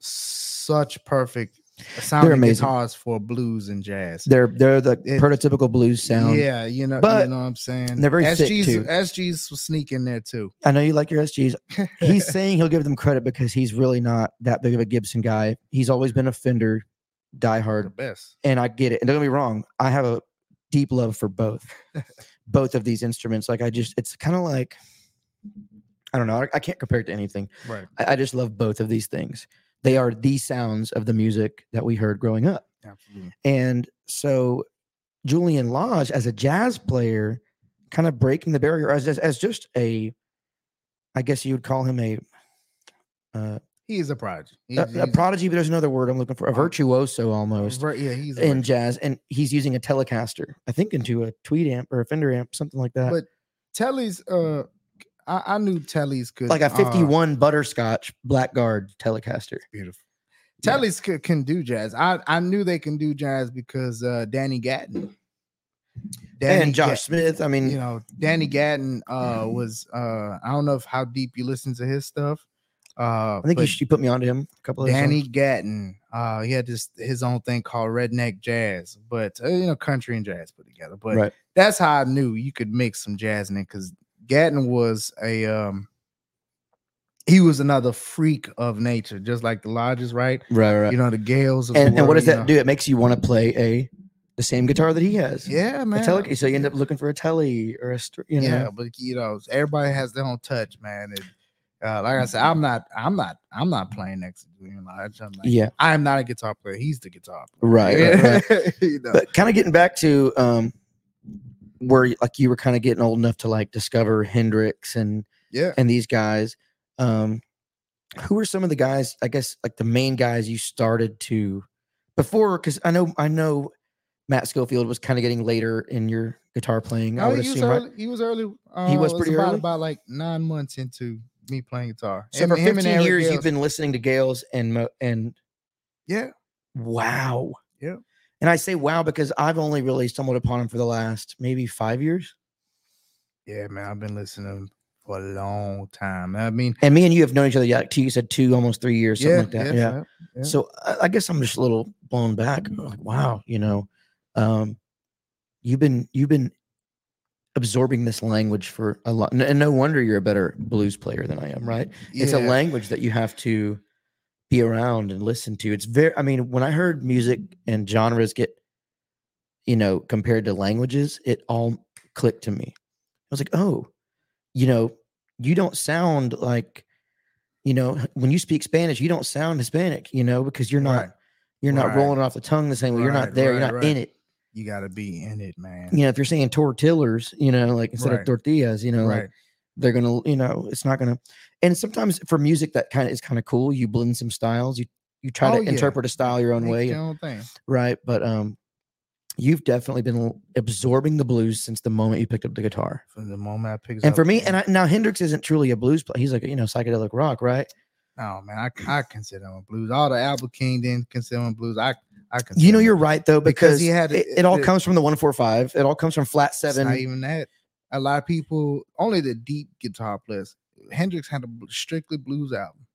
[SPEAKER 2] such perfect Sound
[SPEAKER 1] amazing.
[SPEAKER 2] guitars for blues and jazz.
[SPEAKER 1] They're they're the
[SPEAKER 2] It-
[SPEAKER 1] prototypical blues sound.
[SPEAKER 2] Yeah, you know,
[SPEAKER 1] But
[SPEAKER 2] you know what I'm saying.
[SPEAKER 1] they're very thick,
[SPEAKER 2] SG's,
[SPEAKER 1] too.
[SPEAKER 2] SG's was sneaking there too.
[SPEAKER 1] I know you like your SGs. He's saying he'll give them credit because he's really not that big of a Gibson guy. He's always been a Fender
[SPEAKER 2] the
[SPEAKER 1] diehard,
[SPEAKER 2] best.
[SPEAKER 1] and I get it. And don't get me wrong, I have a deep love for both, both of these instruments. Like I just, it's kind of like, I don't know, I, I can't compare it to anything.
[SPEAKER 2] Right.
[SPEAKER 1] I, I just love both of these things. They are the sounds of the music that we heard growing up.
[SPEAKER 2] Absolutely.
[SPEAKER 1] And so Julian Lodge as a jazz player, kind of breaking the barrier as, as, as just a, I guess you would call him a, uh,
[SPEAKER 2] He is a prodigy. He's,
[SPEAKER 1] a, a
[SPEAKER 2] he's-
[SPEAKER 1] prodigy, but there's another word I'm looking for, a virtuoso almost
[SPEAKER 2] ver- yeah, he's a
[SPEAKER 1] in
[SPEAKER 2] virtuoso.
[SPEAKER 1] jazz. And he's using a Telecaster, I think into a tweed amp or a Fender amp, something like that.
[SPEAKER 2] But Telly's uh I, I knew Telly's could
[SPEAKER 1] like a
[SPEAKER 2] uh,
[SPEAKER 1] 51 butterscotch blackguard Telecaster.
[SPEAKER 2] beautiful.
[SPEAKER 1] Yeah.
[SPEAKER 2] Telly's could, can do jazz. I, I knew they can do jazz because uh Danny Gatton. Danny
[SPEAKER 1] and Josh
[SPEAKER 2] Gat-
[SPEAKER 1] Smith, I mean,
[SPEAKER 2] you know, Danny Gatton uh was uh I don't know if how deep you listen to his stuff. Uh
[SPEAKER 1] I think you,
[SPEAKER 2] but
[SPEAKER 1] should, you put me onto him a couple of
[SPEAKER 2] Danny Gatton. Uh, he had this his own thing called Redneck Jazz, but uh, you know, country and jazz put together. But
[SPEAKER 1] Right.
[SPEAKER 2] that's how I knew you could mix some jazz in it because Gatton was a um, he was another freak of nature, just like the Lodges, right?
[SPEAKER 1] Right, right.
[SPEAKER 2] You know, the Gales. Of the
[SPEAKER 1] and, and what
[SPEAKER 2] world,
[SPEAKER 1] does
[SPEAKER 2] you
[SPEAKER 1] that
[SPEAKER 2] know.
[SPEAKER 1] do? It makes you want to play a the same guitar that he has.
[SPEAKER 2] Yeah,
[SPEAKER 1] A
[SPEAKER 2] man.
[SPEAKER 1] tele- so you end up looking for a telly or a str- you know.
[SPEAKER 2] Yeah, but you know, everybody has their own touch, man. And uh, like I said, I'm not, I'm not, I'm not playing next to Julian Lodge. I'm like,
[SPEAKER 1] Yeah,
[SPEAKER 2] I'm not a guitar player. He's the guitar player.
[SPEAKER 1] right. right, right.
[SPEAKER 2] you know.
[SPEAKER 1] But kind of getting back to um where like you were kind of getting old enough to like discover Hendrix and
[SPEAKER 2] yeah.
[SPEAKER 1] and these guys. Um who were some of the guys, I guess like the main guys you started to before cuz I know I know Matt Schofield was kind of getting later in your guitar playing. I
[SPEAKER 2] Oh,
[SPEAKER 1] would
[SPEAKER 2] he, was
[SPEAKER 1] assume right?
[SPEAKER 2] early, he was early. Uh,
[SPEAKER 1] was
[SPEAKER 2] it
[SPEAKER 1] pretty
[SPEAKER 2] about,
[SPEAKER 1] early?
[SPEAKER 2] About like nine months into me playing guitar.
[SPEAKER 1] So
[SPEAKER 2] Him-
[SPEAKER 1] for
[SPEAKER 2] him and
[SPEAKER 1] 15
[SPEAKER 2] Eric
[SPEAKER 1] years,
[SPEAKER 2] Gales-
[SPEAKER 1] you've been listening to Gales and Mo- and
[SPEAKER 2] yeah,
[SPEAKER 1] wow,
[SPEAKER 2] Yeah.
[SPEAKER 1] And I say wow because I've only really stumbled upon him for the last maybe five years.
[SPEAKER 2] yeah, man. I've been listening to him for a long time. I mean,
[SPEAKER 1] And me and you have known each other, yeah, like two, you said two, almost three years, something
[SPEAKER 2] yeah,
[SPEAKER 1] like that.
[SPEAKER 2] yeah,
[SPEAKER 1] Yeah.
[SPEAKER 2] yeah. yeah.
[SPEAKER 1] So I, I guess I'm just a little blown back. I'm Like wow, you know, um, you've been you've been absorbing this language for a lot, and no wonder you're a better blues player than I am, right? it's a
[SPEAKER 2] yeah.
[SPEAKER 1] language that you have to be around and listen to it's very i mean when i heard music and genres get you know compared to languages it all clicked to me i was like oh you know you don't sound like you know when you speak spanish you don't sound hispanic you know because you're not
[SPEAKER 2] Right.
[SPEAKER 1] you're not
[SPEAKER 2] right.
[SPEAKER 1] rolling off the tongue the same way you're not
[SPEAKER 2] Right,
[SPEAKER 1] there
[SPEAKER 2] right,
[SPEAKER 1] you're not
[SPEAKER 2] right.
[SPEAKER 1] in it
[SPEAKER 2] You got to be in it, man.
[SPEAKER 1] you know if you're saying tortillers you know like instead
[SPEAKER 2] Right.
[SPEAKER 1] of tortillas you know like
[SPEAKER 2] right.
[SPEAKER 1] they're gonna you know it's not gonna and sometimes for music that kind of is kind of cool you blend some styles you you try
[SPEAKER 2] Oh,
[SPEAKER 1] to
[SPEAKER 2] yeah.
[SPEAKER 1] interpret a style your own
[SPEAKER 2] Make
[SPEAKER 1] way
[SPEAKER 2] your own thing.
[SPEAKER 1] right but um you've definitely been l- absorbing the blues since the moment you picked up the guitar
[SPEAKER 2] From the moment I picked
[SPEAKER 1] and for me and I, now hendrix isn't truly a blues player he's like you know psychedelic rock right
[SPEAKER 2] no, man, I, I consider him a blues. All the Albert King didn't consider him a blues. I, I consider
[SPEAKER 1] you know
[SPEAKER 2] him a
[SPEAKER 1] you're
[SPEAKER 2] blues.
[SPEAKER 1] right though because,
[SPEAKER 2] Because he had
[SPEAKER 1] it,
[SPEAKER 2] it-
[SPEAKER 1] it all
[SPEAKER 2] it-
[SPEAKER 1] comes from the 145 it all comes from flat
[SPEAKER 2] It's
[SPEAKER 1] seven
[SPEAKER 2] not even that. A lot of people, only the deep guitar players. Hendrix had a bl- strictly blues album.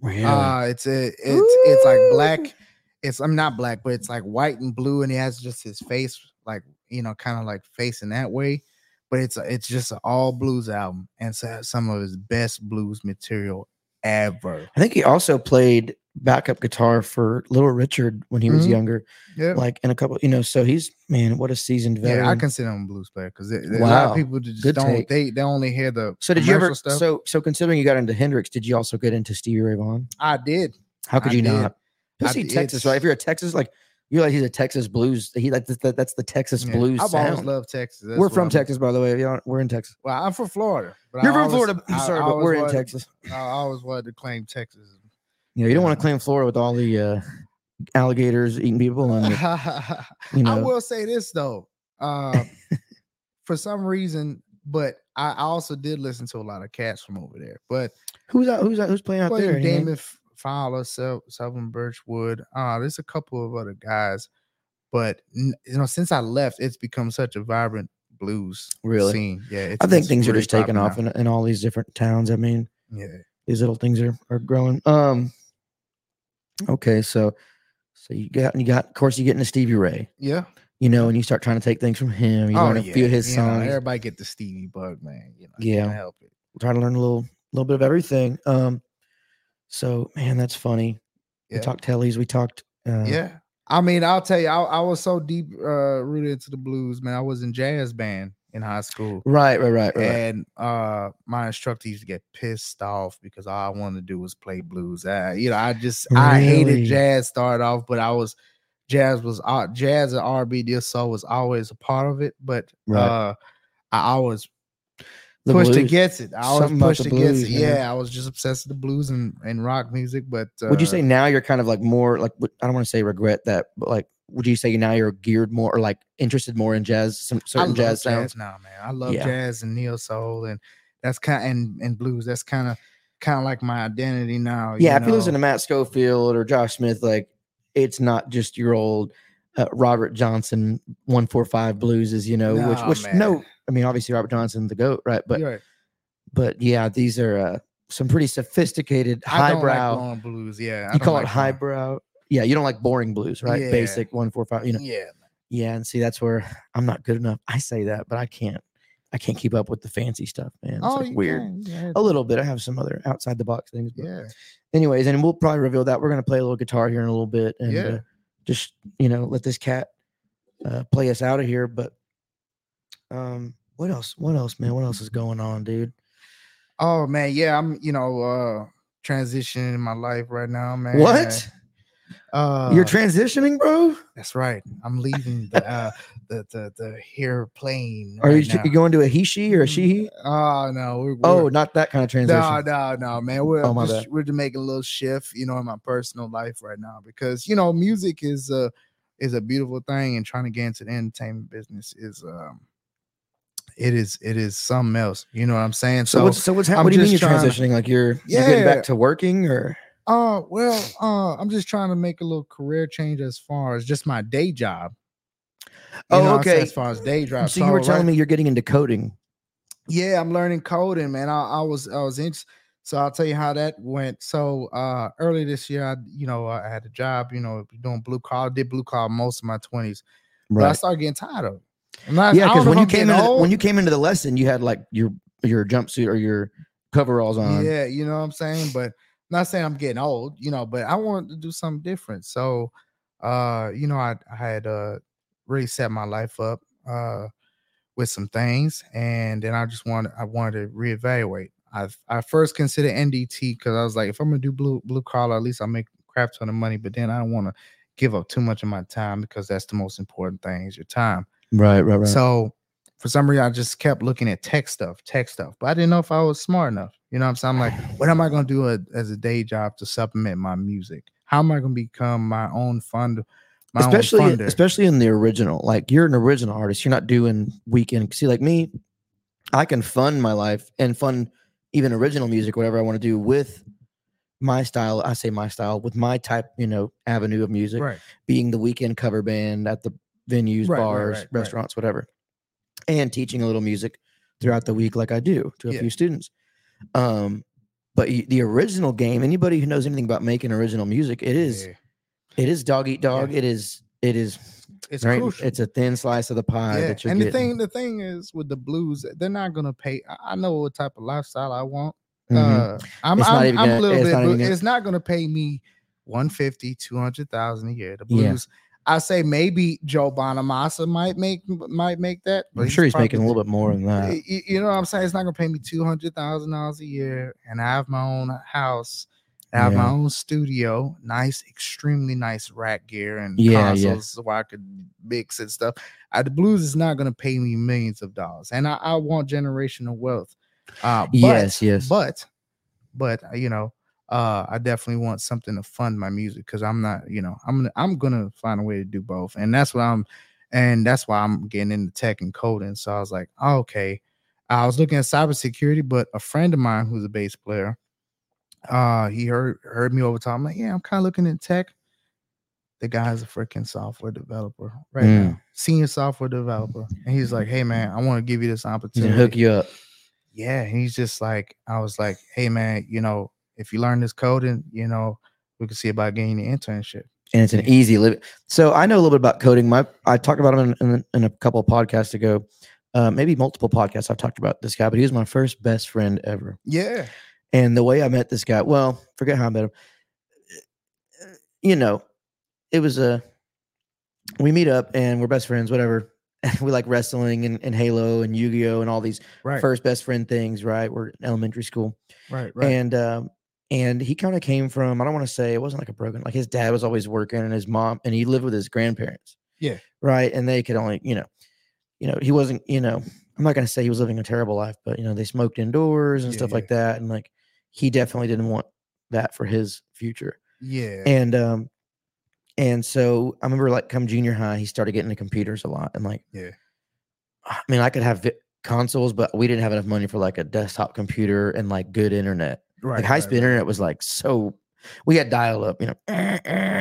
[SPEAKER 1] really?
[SPEAKER 2] Uh, it's a, it's it's like
[SPEAKER 1] Ooh.
[SPEAKER 2] black. It's I'm not black, but it's like white and blue, and he has just his face like you know, kind of like facing that way. But it's a, it's just an all blues album, and so some of his best blues material ever.
[SPEAKER 1] i think he also played backup guitar for little richard when he was
[SPEAKER 2] Mhm.
[SPEAKER 1] younger
[SPEAKER 2] Yeah,
[SPEAKER 1] like in a couple you know so he's man what a seasoned veteran
[SPEAKER 2] yeah, I consider him a blues player because a lot
[SPEAKER 1] Wow.
[SPEAKER 2] of people just
[SPEAKER 1] Good
[SPEAKER 2] don't
[SPEAKER 1] take.
[SPEAKER 2] they they only hear the
[SPEAKER 1] So did you ever?
[SPEAKER 2] commercial Stuff.
[SPEAKER 1] So so considering you got into Hendrix, did you also get into Stevie Ray Vaughan?
[SPEAKER 2] I did.
[SPEAKER 1] How could
[SPEAKER 2] I
[SPEAKER 1] you
[SPEAKER 2] did.
[SPEAKER 1] not?
[SPEAKER 2] I
[SPEAKER 1] Especially
[SPEAKER 2] did.
[SPEAKER 1] Texas, right? If you're a Texas, like you realize he's a Texas blues. He like that, that's the Texas
[SPEAKER 2] Yeah,
[SPEAKER 1] blues
[SPEAKER 2] I've always
[SPEAKER 1] sound.
[SPEAKER 2] loved Texas. that's
[SPEAKER 1] we're
[SPEAKER 2] what
[SPEAKER 1] from
[SPEAKER 2] I'm-
[SPEAKER 1] Texas, by the way. if you don't- We're in Texas.
[SPEAKER 2] Well, I'm from Florida. But
[SPEAKER 1] You're
[SPEAKER 2] I
[SPEAKER 1] from
[SPEAKER 2] always-
[SPEAKER 1] Florida. I'm
[SPEAKER 2] I-
[SPEAKER 1] sorry,
[SPEAKER 2] I
[SPEAKER 1] but
[SPEAKER 2] always
[SPEAKER 1] we're in
[SPEAKER 2] wanted-
[SPEAKER 1] Texas.
[SPEAKER 2] I always wanted to claim Texas.
[SPEAKER 1] You know, you don't want
[SPEAKER 2] Yeah.
[SPEAKER 1] to claim Florida with all the uh, alligators eating people and
[SPEAKER 2] I
[SPEAKER 1] you know.
[SPEAKER 2] will say this though, uh, for some reason, but I also did listen to a lot of cats from over there. But
[SPEAKER 1] who's out, who's out, who's playing out there?
[SPEAKER 2] playing
[SPEAKER 1] Any name?
[SPEAKER 2] Damon F- Fowler, Sel- Selvin Birchwood, uh, there's a couple of other guys. But n- you know, since I left, it's become such a vibrant blues
[SPEAKER 1] Really?
[SPEAKER 2] scene. Yeah, it's,
[SPEAKER 1] I think
[SPEAKER 2] it's
[SPEAKER 1] things are
[SPEAKER 2] really
[SPEAKER 1] just taking
[SPEAKER 2] popping
[SPEAKER 1] off
[SPEAKER 2] now.
[SPEAKER 1] in, in all these different towns. I mean,
[SPEAKER 2] Yeah,
[SPEAKER 1] these little things are, are growing. Um okay, so So you got you got of course you get into Stevie Ray,
[SPEAKER 2] Yeah.
[SPEAKER 1] you know, and you start trying to take things from him. You
[SPEAKER 2] Oh,
[SPEAKER 1] learn a few of his
[SPEAKER 2] you know,
[SPEAKER 1] songs,
[SPEAKER 2] everybody get the Stevie bug, man. You know, you
[SPEAKER 1] Yeah.
[SPEAKER 2] can't help it.
[SPEAKER 1] try to learn a little little bit of everything. Um, so man, that's funny.
[SPEAKER 2] Yeah.
[SPEAKER 1] We talked tellies, we talked uh,
[SPEAKER 2] Yeah. I mean, I'll tell you, I, I was so deep uh, rooted into the blues, man. I was in jazz band in high school.
[SPEAKER 1] Right, right, right, right.
[SPEAKER 2] And uh, my instructor used to get pissed off because all I wanted to do was play blues. I, you know, I just I hated
[SPEAKER 1] Really?
[SPEAKER 2] jazz start off, but I was jazz was uh, jazz and R&B. This soul was always a part of it, but
[SPEAKER 1] Right.
[SPEAKER 2] uh, I always
[SPEAKER 1] The
[SPEAKER 2] pushed
[SPEAKER 1] blues.
[SPEAKER 2] against it. I always
[SPEAKER 1] Something about
[SPEAKER 2] pushed
[SPEAKER 1] the
[SPEAKER 2] against it.
[SPEAKER 1] blues, man.
[SPEAKER 2] Yeah, I was just obsessed with the blues and, and rock music. But uh,
[SPEAKER 1] Would you say now you're kind of like more like what- I don't want to say regret that, but like would you say now you're geared more or like interested more in jazz, some
[SPEAKER 2] I
[SPEAKER 1] certain
[SPEAKER 2] love
[SPEAKER 1] jazz sounds?
[SPEAKER 2] now, man. I love
[SPEAKER 1] Yeah.
[SPEAKER 2] jazz and neo soul, and that's kind and and blues. That's kind of kind of like my identity now.
[SPEAKER 1] yeah,
[SPEAKER 2] you
[SPEAKER 1] if you listen
[SPEAKER 2] know?
[SPEAKER 1] to Matt Schofield or Josh Smith, like it's not just your old uh, Robert Johnson one four five blues, is you know, which
[SPEAKER 2] Nah,
[SPEAKER 1] which
[SPEAKER 2] man.
[SPEAKER 1] no, I mean obviously Robert Johnson the goat, right? But
[SPEAKER 2] You're right.
[SPEAKER 1] but yeah, these are uh, some pretty sophisticated
[SPEAKER 2] I don't
[SPEAKER 1] highbrow.
[SPEAKER 2] like long blues. Yeah, I
[SPEAKER 1] you
[SPEAKER 2] don't
[SPEAKER 1] call
[SPEAKER 2] like
[SPEAKER 1] it
[SPEAKER 2] long-
[SPEAKER 1] highbrow. Yeah, you don't like boring blues, right?
[SPEAKER 2] Yeah.
[SPEAKER 1] Basic one four five. You know,
[SPEAKER 2] Yeah,
[SPEAKER 1] Yeah, and see that's where I'm not good enough. I say that, but I can't. I can't keep up with the fancy stuff, man. It's like
[SPEAKER 2] you
[SPEAKER 1] weird. Oh.
[SPEAKER 2] can, Oh, Yeah,
[SPEAKER 1] A little bit. I have some other outside the box things. But
[SPEAKER 2] yeah.
[SPEAKER 1] Anyways, and we'll probably reveal that we're gonna play a little guitar here in a little bit, and
[SPEAKER 2] Yeah.
[SPEAKER 1] uh, just you know let this cat uh, play us out of here. But um, what else? What else, man? What else is going on, dude?
[SPEAKER 2] Oh man, yeah. I'm you know uh transitioning in my life right now, man.
[SPEAKER 1] what?
[SPEAKER 2] Uh,
[SPEAKER 1] You're transitioning, bro?
[SPEAKER 2] that's right. I'm leaving the uh the the the here plane.
[SPEAKER 1] Are you,
[SPEAKER 2] right
[SPEAKER 1] tr-
[SPEAKER 2] now.
[SPEAKER 1] you going to a he she or a she he?
[SPEAKER 2] Oh no. We're,
[SPEAKER 1] Oh,
[SPEAKER 2] we're-
[SPEAKER 1] not that kind of transition.
[SPEAKER 2] No, no, no, man. We're
[SPEAKER 1] Oh, my
[SPEAKER 2] just, we're just making a little shift, you know, in my personal life right now because you know, music is a is a beautiful thing, and trying to get into the entertainment business is um, it is it is something else. You know what I'm saying?
[SPEAKER 1] So,
[SPEAKER 2] So,
[SPEAKER 1] what's so what's happening?
[SPEAKER 2] I'm
[SPEAKER 1] What do you mean you're
[SPEAKER 2] just trying to-
[SPEAKER 1] transitioning? Like you're you're getting
[SPEAKER 2] Yeah.
[SPEAKER 1] back to working or
[SPEAKER 2] uh, well, uh, I'm just trying to make a little career change as far as just my day job. You
[SPEAKER 1] Oh,
[SPEAKER 2] know what I'm saying?
[SPEAKER 1] okay.
[SPEAKER 2] As far as day job,
[SPEAKER 1] so you were
[SPEAKER 2] right-
[SPEAKER 1] telling me you're getting into coding.
[SPEAKER 2] yeah i'm learning coding man i, I was i was in so i'll tell you how that went so uh early this year i you know i had a job you know doing blue collar did blue collar most of my 20s but i started getting tired of it I'm not- I
[SPEAKER 1] yeah, because
[SPEAKER 2] don't know if
[SPEAKER 1] when you
[SPEAKER 2] I'm
[SPEAKER 1] came
[SPEAKER 2] getting
[SPEAKER 1] into the,
[SPEAKER 2] old.
[SPEAKER 1] when you came into the lesson, you had like your your jumpsuit or your coveralls on.
[SPEAKER 2] Yeah, you know what I'm saying? But not saying I'm getting old, you know, but I wanted to do something different. So uh, you know, I, I had uh really set my life up uh with some things and then I just wanted I wanted to reevaluate. I I first considered NDT because I was like, if I'm gonna do blue blue collar, at least I'll make a crap ton of money, but then I don't wanna give up too much of my time because that's the most important thing is your time.
[SPEAKER 1] Right, right, right.
[SPEAKER 2] So for some reason, I just kept looking at tech stuff, tech stuff, but I didn't know if I was smart enough. You know what I'm saying? I'm like, what am I going to do a, as a day job to supplement my music? How am I going to become my own fund? My
[SPEAKER 1] especially
[SPEAKER 2] own funder?
[SPEAKER 1] especially in the original. Like you're an original artist. You're not doing weekend. See, like me, I can fund my life and fund even original music, whatever I want to do with my style. I say my style with my type, you know, avenue of music.
[SPEAKER 2] right.
[SPEAKER 1] being the weekend cover band at the venues,
[SPEAKER 2] Right, right,
[SPEAKER 1] bars,
[SPEAKER 2] right, right.
[SPEAKER 1] restaurants, whatever, and teaching a little music throughout the week, like I do to a
[SPEAKER 2] Yeah.
[SPEAKER 1] few students. Um, but y- the original game, anybody who knows anything about making original music, it is
[SPEAKER 2] Yeah.
[SPEAKER 1] it is dog eat dog. It is it is
[SPEAKER 2] It's
[SPEAKER 1] very-
[SPEAKER 2] crucial.
[SPEAKER 1] It's a thin slice of the pie
[SPEAKER 2] yeah.
[SPEAKER 1] that you're
[SPEAKER 2] And the
[SPEAKER 1] getting.
[SPEAKER 2] thing, the thing is with the blues, they're not going to pay. I- I know what type of lifestyle I want.
[SPEAKER 1] Mhm.
[SPEAKER 2] Uh, I'm,
[SPEAKER 1] It's not
[SPEAKER 2] I'm,
[SPEAKER 1] even
[SPEAKER 2] I'm
[SPEAKER 1] gonna-
[SPEAKER 2] a little
[SPEAKER 1] it's
[SPEAKER 2] bit.
[SPEAKER 1] not even
[SPEAKER 2] blue-
[SPEAKER 1] gonna-
[SPEAKER 2] it's not going to pay me 150, 200,000 a year. The
[SPEAKER 1] Yeah.
[SPEAKER 2] blues. I say maybe Joe Bonamassa might make might make that.
[SPEAKER 1] I'm sure he's making a little bit more than that.
[SPEAKER 2] You, you know what I'm saying? It's not going to pay me two hundred thousand dollars a year, and I have my own house. I have my
[SPEAKER 1] Yeah.
[SPEAKER 2] own studio, nice, extremely nice rack gear and
[SPEAKER 1] Yeah, yeah.
[SPEAKER 2] consoles so I could mix and stuff. Uh, the blues is not going to pay me millions of dollars, and I, I want generational wealth. Uh, but-
[SPEAKER 1] Yes, yes.
[SPEAKER 2] but but uh, you know uh i definitely want something to fund my music because i'm not you know i'm gonna i'm gonna find a way to do both and that's what i'm and that's why i'm getting into tech and coding so i was like oh, okay i was looking at cybersecurity but a friend of mine who's a bass player uh he heard heard me over time like yeah i'm kind of looking at tech the guy's a freaking software developer right
[SPEAKER 1] Mm.
[SPEAKER 2] now senior software developer and he's like hey man i want to give you this
[SPEAKER 1] He's
[SPEAKER 2] opportunity
[SPEAKER 1] gonna hook you up.
[SPEAKER 2] yeah, and he's just like, I was like, hey man, you know, if you learn this coding, you know, we can see about getting the internship.
[SPEAKER 1] and it's an easy living. So I know a little bit about coding. My I talked about him in, in, in a couple of podcasts ago, uh, maybe multiple podcasts. I've talked about this guy, but he was my first best friend ever.
[SPEAKER 2] Yeah.
[SPEAKER 1] And the way I met this guy, well, forget how I met him. Uh, You know, it was a we meet up and we're best friends, whatever. we like wrestling and, and Halo and Yu Gi Oh and all these
[SPEAKER 2] Right.
[SPEAKER 1] first best friend things, right? We're in elementary school
[SPEAKER 2] right. Right.
[SPEAKER 1] and um, and he kind of came from I don't want to say it wasn't like a broken like his dad was always working and his mom and he lived with his grandparents.
[SPEAKER 2] Yeah.
[SPEAKER 1] Right, and they could only you know, you know he wasn't you know I'm not gonna say he was living a terrible life, but you know they smoked indoors and
[SPEAKER 2] Yeah,
[SPEAKER 1] stuff
[SPEAKER 2] yeah.
[SPEAKER 1] like that, and like he definitely didn't want that for his future.
[SPEAKER 2] yeah.
[SPEAKER 1] And um, and so I remember like come junior high, he started getting into computers a lot, and like
[SPEAKER 2] Yeah.
[SPEAKER 1] I mean I could have. vi- consoles but we didn't have enough money for like a desktop computer and like good internet
[SPEAKER 2] right.
[SPEAKER 1] like high
[SPEAKER 2] right,
[SPEAKER 1] speed internet was like so we had dial up, you know,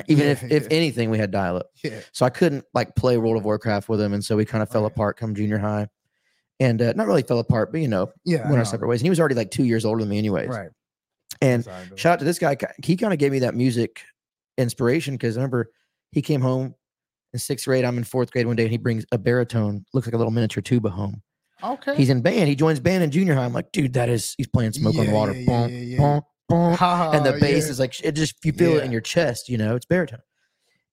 [SPEAKER 1] even
[SPEAKER 2] Yeah,
[SPEAKER 1] if if
[SPEAKER 2] yeah.
[SPEAKER 1] anything we had dial up.
[SPEAKER 2] right. Yeah.
[SPEAKER 1] So I couldn't like play World of Warcraft with him and so we kind of fell
[SPEAKER 2] Right.
[SPEAKER 1] apart come junior high. And uh, not really fell apart, but you know,
[SPEAKER 2] Yeah. I
[SPEAKER 1] went our
[SPEAKER 2] know.
[SPEAKER 1] separate ways. And he was already like 2 years older than me anyways.
[SPEAKER 2] Right.
[SPEAKER 1] And
[SPEAKER 2] Sorry, Bill.
[SPEAKER 1] shout out to this guy, ki- he kind of gave me that music inspiration cuz I remember he came home in 6th grade, I'm in 4th grade one day and he brings a baritone, looks like a little miniature tuba home.
[SPEAKER 2] Okay.
[SPEAKER 1] He's in band, he joins band in junior high. I'm like, dude, that is he's playing smoke on
[SPEAKER 2] Yeah,
[SPEAKER 1] the water.
[SPEAKER 2] yeah, yeah,
[SPEAKER 1] Bonk,
[SPEAKER 2] yeah, yeah.
[SPEAKER 1] bonk, bonk and the
[SPEAKER 2] Ah,
[SPEAKER 1] bass
[SPEAKER 2] yeah.
[SPEAKER 1] is like it just you feel it in
[SPEAKER 2] Yeah.
[SPEAKER 1] your chest, you know, it's baritone.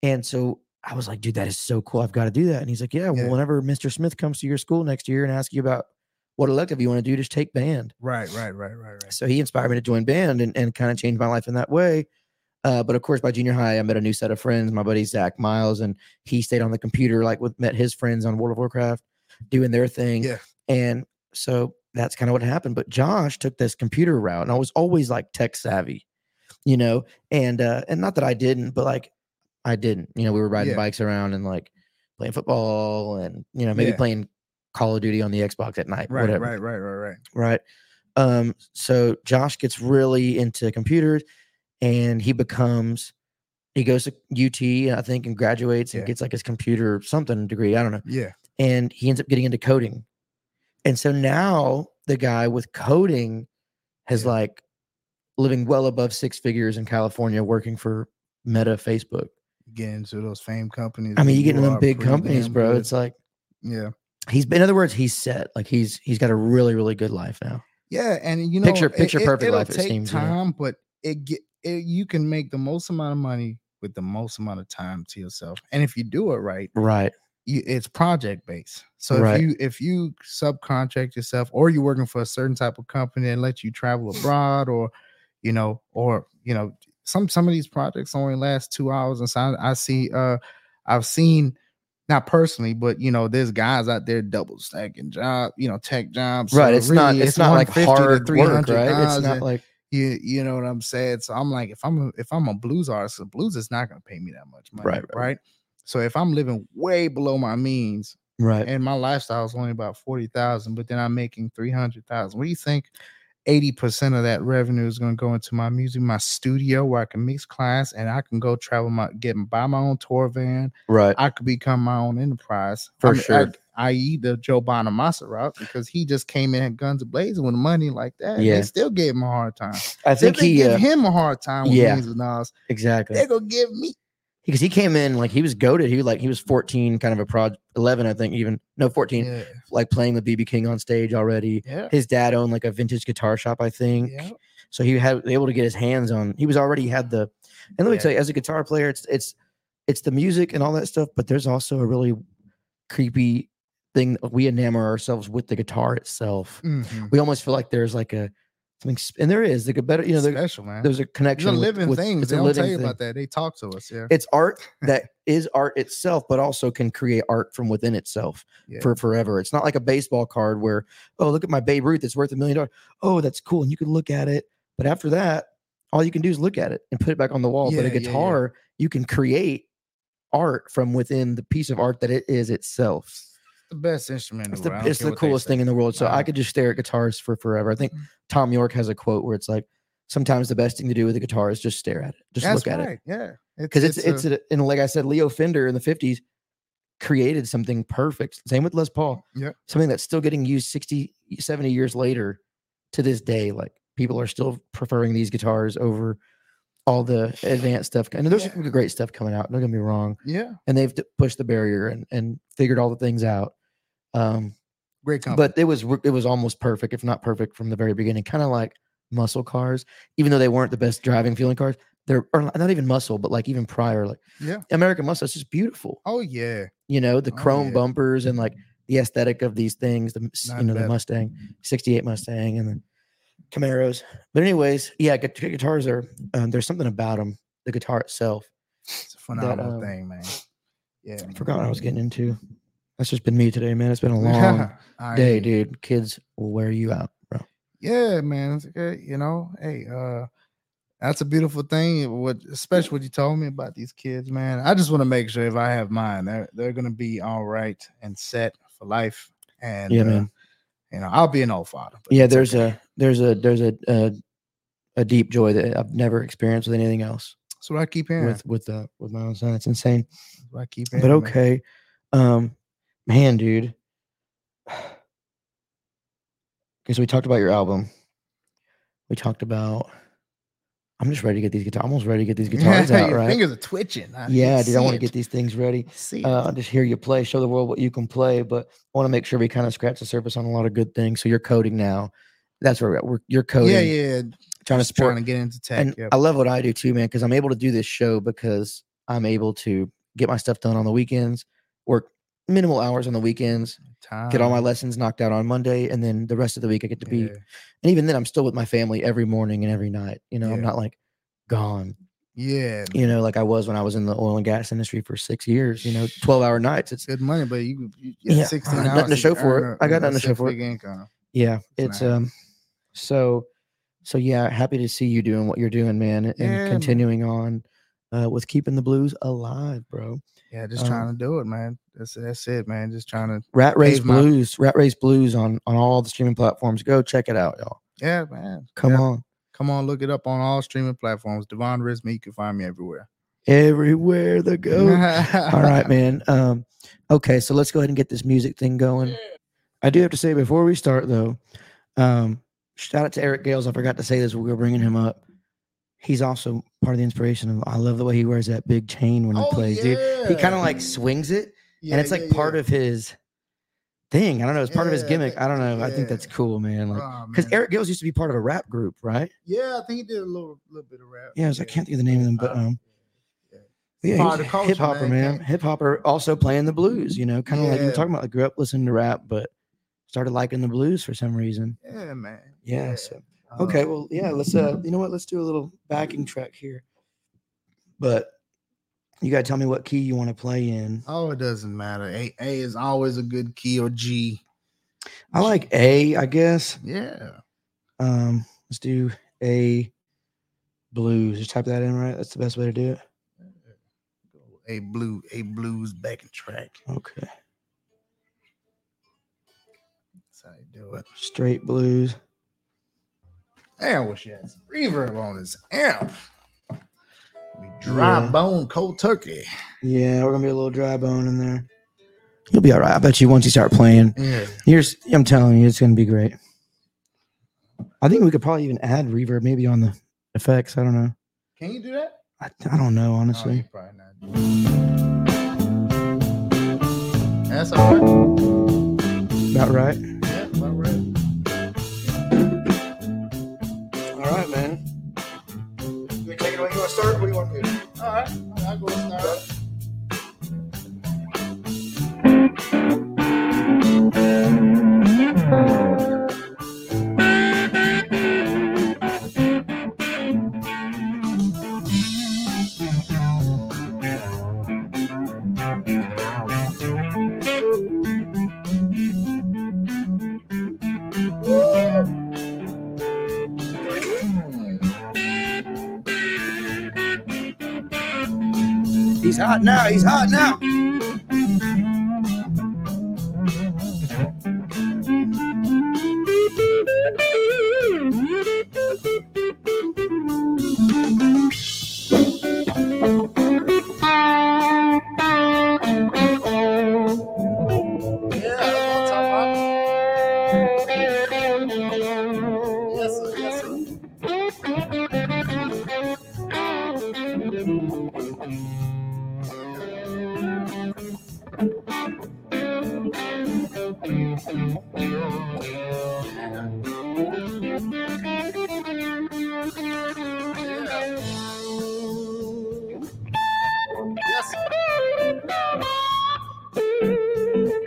[SPEAKER 1] And so I was like, dude, that is so cool. I've got to do that. And he's like, yeah, well,
[SPEAKER 2] Yeah.
[SPEAKER 1] whenever Mr. Smith comes to your school next year and asks you about what elective you want to do, just take band.
[SPEAKER 2] Right. Right. Right. Right. Right.
[SPEAKER 1] So he inspired me to join band and, and kind of changed my life in that way. Uh, but of course, by junior high, I met a new set of friends. My buddy Zach Miles, and he stayed on the computer, like with met his friends on World of Warcraft, doing their thing.
[SPEAKER 2] Yeah.
[SPEAKER 1] And so that's kind of what happened. But Josh took this computer route, and I was always like tech savvy, you know. And uh, and not that I didn't, but like I didn't. You know, we were riding
[SPEAKER 2] Yeah.
[SPEAKER 1] bikes around and like playing football, and you know maybe
[SPEAKER 2] Yeah.
[SPEAKER 1] playing Call of Duty on the Xbox at night,
[SPEAKER 2] Right.
[SPEAKER 1] whatever
[SPEAKER 2] Right. Right. Right. Right.
[SPEAKER 1] right? Um, so Josh gets really into computers and he becomes he goes to UT, I think, and graduates and
[SPEAKER 2] Yeah.
[SPEAKER 1] gets like his computer something degree, I don't know.
[SPEAKER 2] Yeah.
[SPEAKER 1] And he ends up getting into coding. And so now the guy with coding has
[SPEAKER 2] Yeah.
[SPEAKER 1] like living well above six figures in California working for Meta Facebook.
[SPEAKER 2] Get into those fame companies.
[SPEAKER 1] I
[SPEAKER 2] where
[SPEAKER 1] mean, you get into
[SPEAKER 2] are
[SPEAKER 1] them big
[SPEAKER 2] pretty
[SPEAKER 1] companies,
[SPEAKER 2] damn
[SPEAKER 1] bro.
[SPEAKER 2] good.
[SPEAKER 1] It's like
[SPEAKER 2] yeah.
[SPEAKER 1] he's in other words, he's set. Like he's he's got a really, really good life now.
[SPEAKER 2] Yeah, and you know,
[SPEAKER 1] Picture- picture perfect
[SPEAKER 2] it'll
[SPEAKER 1] life, it
[SPEAKER 2] take
[SPEAKER 1] seems, you know.
[SPEAKER 2] time, but it get it, you can make the most amount of money with the most amount of time to yourself, and if you do it right,
[SPEAKER 1] Right.
[SPEAKER 2] you, it's project based. So
[SPEAKER 1] Right.
[SPEAKER 2] if you if you subcontract yourself, or you're working for a certain type of company and let you travel abroad, or you know, or you know, some some of these projects only last two hours, and so I, I see, uh, I've seen. Not personally, but you know, there's guys out there double stacking job, you know, tech jobs.
[SPEAKER 1] right
[SPEAKER 2] so
[SPEAKER 1] it's not
[SPEAKER 2] really
[SPEAKER 1] it's, not like
[SPEAKER 2] 150 to Ah,
[SPEAKER 1] hard work right it's
[SPEAKER 2] 300,000
[SPEAKER 1] not like
[SPEAKER 2] you you know what I'm saying? So I'm like, if I'm a, if I'm a blues artist, the blues is not gonna pay me that much money,
[SPEAKER 1] Right,
[SPEAKER 2] right?
[SPEAKER 1] right.
[SPEAKER 2] So if I'm living way below my means
[SPEAKER 1] right
[SPEAKER 2] and my lifestyle is only about forty thousand, but then I'm making three hundred thousand, what do you think? Eighty percent of that revenue is gonna go into my music, my studio where I can mix clients and I can go travel my get buy my own tour van.
[SPEAKER 1] right
[SPEAKER 2] I could become my own enterprise
[SPEAKER 1] For
[SPEAKER 2] I mean,
[SPEAKER 1] sure.
[SPEAKER 2] I, i.e., the Joe Bonamassa route because he just came in and guns blazing with money like that.
[SPEAKER 1] Yeah.
[SPEAKER 2] Yeah, they still gave him a hard time.
[SPEAKER 1] i
[SPEAKER 2] If
[SPEAKER 1] think
[SPEAKER 2] they
[SPEAKER 1] he
[SPEAKER 2] give
[SPEAKER 1] uh,
[SPEAKER 2] him a hard time with
[SPEAKER 1] yeah.
[SPEAKER 2] yeah. and Nas,
[SPEAKER 1] exactly
[SPEAKER 2] they're gonna give me.
[SPEAKER 1] because he came in like he was goaded he was like he was 14 kind of a prod 11 i think even no 14
[SPEAKER 2] Yeah,
[SPEAKER 1] like playing with bb king on stage already
[SPEAKER 2] yeah,
[SPEAKER 1] his dad owned like a vintage guitar shop i think
[SPEAKER 2] yeah.
[SPEAKER 1] so he had able to get his hands on he was already had the and let me
[SPEAKER 2] Yeah.
[SPEAKER 1] tell you as a guitar player it's it's it's the music and all that stuff but there's also a really creepy thing that we enamor ourselves with the guitar itself
[SPEAKER 2] Mhm.
[SPEAKER 1] we almost feel like there's like a something, sp- and there is like a better, you know, there,
[SPEAKER 2] special man.
[SPEAKER 1] there's a
[SPEAKER 2] These
[SPEAKER 1] connection.
[SPEAKER 2] are
[SPEAKER 1] with-
[SPEAKER 2] living
[SPEAKER 1] with-
[SPEAKER 2] things.
[SPEAKER 1] it's
[SPEAKER 2] They
[SPEAKER 1] a
[SPEAKER 2] don't
[SPEAKER 1] living
[SPEAKER 2] tell you about
[SPEAKER 1] thing.
[SPEAKER 2] that. They talk to us. Yeah,
[SPEAKER 1] It's art that is art itself, but also can create art from within itself
[SPEAKER 2] Yeah.
[SPEAKER 1] for forever. It's not like a baseball card where, oh, look at my Babe Ruth, it's worth a million dollars. Oh, that's cool, and you can look at it. But after that, all you can do is look at it and put it back on the wall. but a
[SPEAKER 2] Yeah, yeah, yeah.
[SPEAKER 1] guitar, you can create art from within the piece of art that it is itself.
[SPEAKER 2] the best instrument. in
[SPEAKER 1] It's the,
[SPEAKER 2] world. I don't
[SPEAKER 1] it's
[SPEAKER 2] care
[SPEAKER 1] the
[SPEAKER 2] what they
[SPEAKER 1] coolest
[SPEAKER 2] say.
[SPEAKER 1] thing in the world. So I
[SPEAKER 2] Wow.
[SPEAKER 1] could just stare at guitars for forever. I think
[SPEAKER 2] Mhm.
[SPEAKER 1] Tom York has a quote where it's like, sometimes the best thing to do with a guitar is just stare at it, just
[SPEAKER 2] That's
[SPEAKER 1] look at it.
[SPEAKER 2] right. Yeah,
[SPEAKER 1] Because it's it's,
[SPEAKER 2] a-
[SPEAKER 1] a, and like I said, Leo Fender in the fifties created something perfect. Same with Les Paul.
[SPEAKER 2] Yeah.
[SPEAKER 1] something that's still getting used 60, 70 years later to this day. Like people are still preferring these guitars over all the advanced stuff. And there's
[SPEAKER 2] Yeah.
[SPEAKER 1] some great stuff coming out. Don't get me wrong.
[SPEAKER 2] Yeah,
[SPEAKER 1] And they've d- pushed the barrier and, and figured all the things out. Um,
[SPEAKER 2] great company.
[SPEAKER 1] but it was r- it was almost perfect, if not perfect, from the very beginning. Kind of like muscle cars, even though they weren't the best driving feeling cars. They're or not even muscle, but like even prior, like
[SPEAKER 2] yeah.
[SPEAKER 1] American muscle. It's just beautiful,
[SPEAKER 2] Oh yeah.
[SPEAKER 1] you know, the
[SPEAKER 2] Oh,
[SPEAKER 1] chrome
[SPEAKER 2] yeah. Mm-hmm.
[SPEAKER 1] bumpers and like the aesthetic of these things. The s- you
[SPEAKER 2] Not
[SPEAKER 1] know the
[SPEAKER 2] bad. Mm-hmm.
[SPEAKER 1] Mustang, '68 Mustang, and the Camaros. But anyways, yeah, gu- gu- guitars are um, there's something about them. The guitar itself.
[SPEAKER 2] It's a phenomenal
[SPEAKER 1] um,
[SPEAKER 2] thing, man. Yeah.
[SPEAKER 1] I forgot what I was getting into. That's just been me today, man. It's been a long
[SPEAKER 2] I
[SPEAKER 1] day,
[SPEAKER 2] hear you.
[SPEAKER 1] dude. Kids will wear you out, bro.
[SPEAKER 2] Yeah, man. It's okay. You know, hey, uh, that's a beautiful thing. eh, What, especially what you told me about these kids, man. I just want to make sure if I have mine, they're they're gonna be all right and set for life. And
[SPEAKER 1] Yeah,
[SPEAKER 2] uh,
[SPEAKER 1] man.
[SPEAKER 2] You know, I'll be an old father. but
[SPEAKER 1] yeah
[SPEAKER 2] it's
[SPEAKER 1] there's
[SPEAKER 2] okay.
[SPEAKER 1] a there's a there's a, a a deep joy that i've never experienced with anything else
[SPEAKER 2] That's what I keep hearing.
[SPEAKER 1] with with uh with my own son it's insane
[SPEAKER 2] That's what I keep
[SPEAKER 1] but
[SPEAKER 2] hearing, man.
[SPEAKER 1] okay um man dude okay so we talked about your album we talked about i'm just ready to get these guitars almost ready to get these guitars out
[SPEAKER 2] Your
[SPEAKER 1] right
[SPEAKER 2] fingers are twitching. I can
[SPEAKER 1] yeah dude i
[SPEAKER 2] see
[SPEAKER 1] want to
[SPEAKER 2] it.
[SPEAKER 1] get these things ready
[SPEAKER 2] see it.
[SPEAKER 1] uh, just hear you play, show the world what you can play. But I want to make sure we kind of scratch the surface on a lot of good things. So you're coding now. That's where we're, at. we're you're coding.
[SPEAKER 2] yeah, yeah.
[SPEAKER 1] Trying to
[SPEAKER 2] Just
[SPEAKER 1] support.
[SPEAKER 2] trying to get into tech.
[SPEAKER 1] and
[SPEAKER 2] yep.
[SPEAKER 1] I love what I do too, man, because I'm able to do this show because I'm able to get my stuff done on the weekends, work minimal hours on the weekends, get all my
[SPEAKER 2] Time,
[SPEAKER 1] lessons knocked out on Monday, and then the rest of the week I get to be.
[SPEAKER 2] Uh-huh. yeah.
[SPEAKER 1] And even then, I'm still with my family every morning and every night. You know, I'm
[SPEAKER 2] Yeah. Mm-hmm.
[SPEAKER 1] not like gone
[SPEAKER 2] Yeah,
[SPEAKER 1] you know like i was when i was in the oil and gas industry for six years you know 12 hour nights it's
[SPEAKER 2] it's good money, but you, you
[SPEAKER 1] Yeah,
[SPEAKER 2] yeah,
[SPEAKER 1] I
[SPEAKER 2] 16
[SPEAKER 1] got
[SPEAKER 2] hours.
[SPEAKER 1] nothing to
[SPEAKER 2] you
[SPEAKER 1] show
[SPEAKER 2] can
[SPEAKER 1] for
[SPEAKER 2] earn
[SPEAKER 1] it. I got
[SPEAKER 2] a
[SPEAKER 1] nothing to show for it.
[SPEAKER 2] six-figure Income.
[SPEAKER 1] Yeah,
[SPEAKER 2] It's
[SPEAKER 1] it's
[SPEAKER 2] nice.
[SPEAKER 1] um so so yeah, happy to see you doing what you're doing, man, and
[SPEAKER 2] Yeah, man.
[SPEAKER 1] continuing on uh with keeping the blues alive, bro.
[SPEAKER 2] Yeah, just
[SPEAKER 1] Um,
[SPEAKER 2] trying to do it, man. That's that's it, man. Just trying to.
[SPEAKER 1] Rat Race
[SPEAKER 2] Pave my-
[SPEAKER 1] Blues, Rat Race Blues on on all the streaming platforms. Go check it out, y'all.
[SPEAKER 2] Yeah, man.
[SPEAKER 1] Come
[SPEAKER 2] Yeah.
[SPEAKER 1] on.
[SPEAKER 2] Come on, look it up on all streaming platforms. Devon Risme, you can find me everywhere.
[SPEAKER 1] Everywhere the go. all right, man. Um okay, so let's go ahead and get this music thing going. I do have to say before we start though, um shout out to Eric Gales. I forgot to say this, we were bringing him up. He's also part of the inspiration of I love the way he wears that big chain when he
[SPEAKER 2] Oh,
[SPEAKER 1] plays, dude. he
[SPEAKER 2] yeah.
[SPEAKER 1] kind of like swings it
[SPEAKER 2] Yeah,
[SPEAKER 1] and it's like
[SPEAKER 2] yeah,
[SPEAKER 1] part
[SPEAKER 2] yeah.
[SPEAKER 1] of his thing i don't know it's part of his
[SPEAKER 2] Yeah,
[SPEAKER 1] gimmick i don't know i think
[SPEAKER 2] yeah.
[SPEAKER 1] that's cool man like
[SPEAKER 2] Aw,
[SPEAKER 1] because
[SPEAKER 2] man.
[SPEAKER 1] eric gills used to be part of a rap group right
[SPEAKER 2] Yeah, I think he did a little little bit of rap.
[SPEAKER 1] yeah, I, was, I can't think of the name of them but
[SPEAKER 2] Uh,
[SPEAKER 1] um
[SPEAKER 2] yeah.
[SPEAKER 1] yeah,
[SPEAKER 2] Part of the culture,
[SPEAKER 1] hip hopper,
[SPEAKER 2] man.
[SPEAKER 1] man. Hip hopper also playing the blues, you know, kind of like you were
[SPEAKER 2] Yeah.
[SPEAKER 1] talking about. Like, grew up listening to rap, but started liking the blues for some reason.
[SPEAKER 2] Yeah, man.
[SPEAKER 1] Yeah. So,
[SPEAKER 2] Uh,
[SPEAKER 1] okay. Well, yeah, let's, uh, you know what? Let's do a little backing track here. But you got to tell me what key you want to play in.
[SPEAKER 2] Oh, it doesn't matter. A A is always a good key or G.
[SPEAKER 1] I like A, I guess.
[SPEAKER 2] Yeah.
[SPEAKER 1] Um, let's do a blues. Just type that in, right? That's the best way to do it.
[SPEAKER 2] A blue, a blues backing track.
[SPEAKER 1] Okay.
[SPEAKER 2] That's how you do it.
[SPEAKER 1] Straight blues.
[SPEAKER 2] Damn, I wish you had some reverb on this amp. We dry
[SPEAKER 1] Yeah.
[SPEAKER 2] bone cold turkey.
[SPEAKER 1] Yeah, we're gonna be a little dry bone in there. You'll be all right. I bet you once you start playing,
[SPEAKER 2] Yeah.
[SPEAKER 1] here's I'm telling you, it's gonna be great. I think we could probably even add reverb maybe on the effects. I don't know.
[SPEAKER 2] Can you do that?
[SPEAKER 1] I, I don't know
[SPEAKER 2] No, you
[SPEAKER 1] honestly.
[SPEAKER 2] probably not. That's all right.
[SPEAKER 1] About right.
[SPEAKER 2] Yeah, about right.
[SPEAKER 1] All right, man. You take it away. You want to start? What do you want to do?
[SPEAKER 2] All right. I'll go start.
[SPEAKER 1] He's hot now. He's hot now.
[SPEAKER 2] Yeah, that's what I'm talking about. Yes, sir. Yes, sir.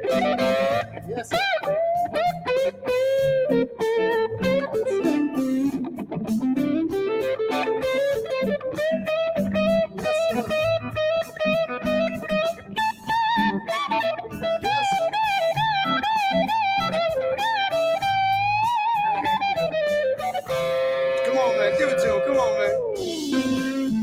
[SPEAKER 3] Yes.
[SPEAKER 1] Come on, man. Give it to him. Come on, man.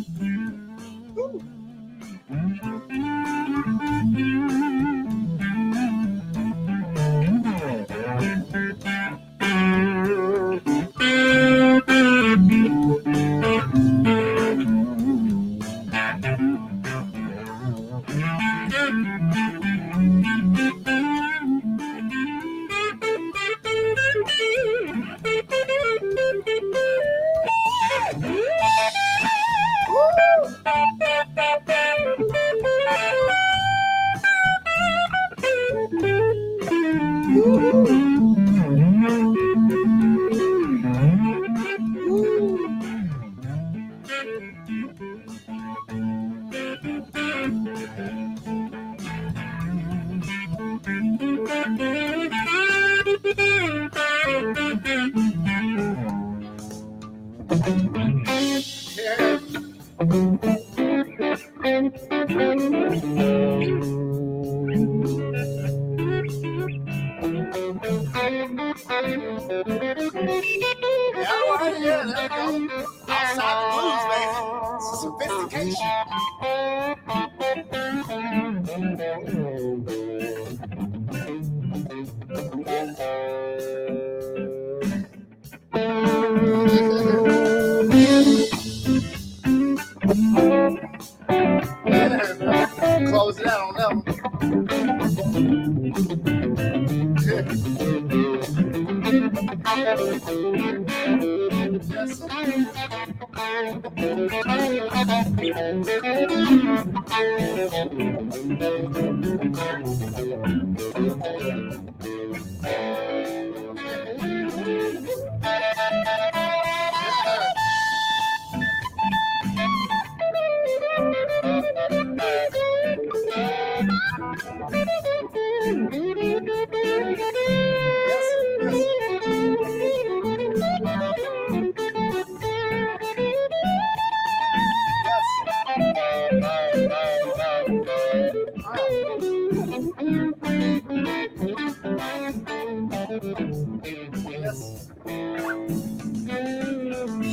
[SPEAKER 3] Close it out on that one.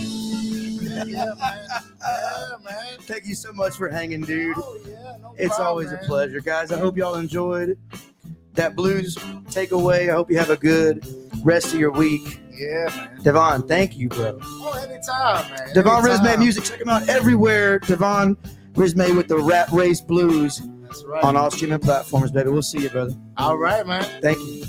[SPEAKER 3] Yeah, man. Yeah, man.
[SPEAKER 1] Thank you so much for hanging, dude.
[SPEAKER 3] Oh, yeah, no
[SPEAKER 1] It's
[SPEAKER 3] problem,
[SPEAKER 1] always a
[SPEAKER 3] man.
[SPEAKER 1] pleasure, guys. I hope y'all enjoyed that blues takeaway. I hope you have a good rest of your week.
[SPEAKER 3] Yeah, man.
[SPEAKER 1] Devon, thank you, bro.
[SPEAKER 3] Oh, anytime, man.
[SPEAKER 1] Devon
[SPEAKER 3] Anytime.
[SPEAKER 1] Rismay Music, check him out everywhere. Devon Rismay with the Rat Race Blues
[SPEAKER 3] That's right.
[SPEAKER 1] on all streaming platforms, baby. We'll see you, brother.
[SPEAKER 3] All right, man.
[SPEAKER 1] Thank you.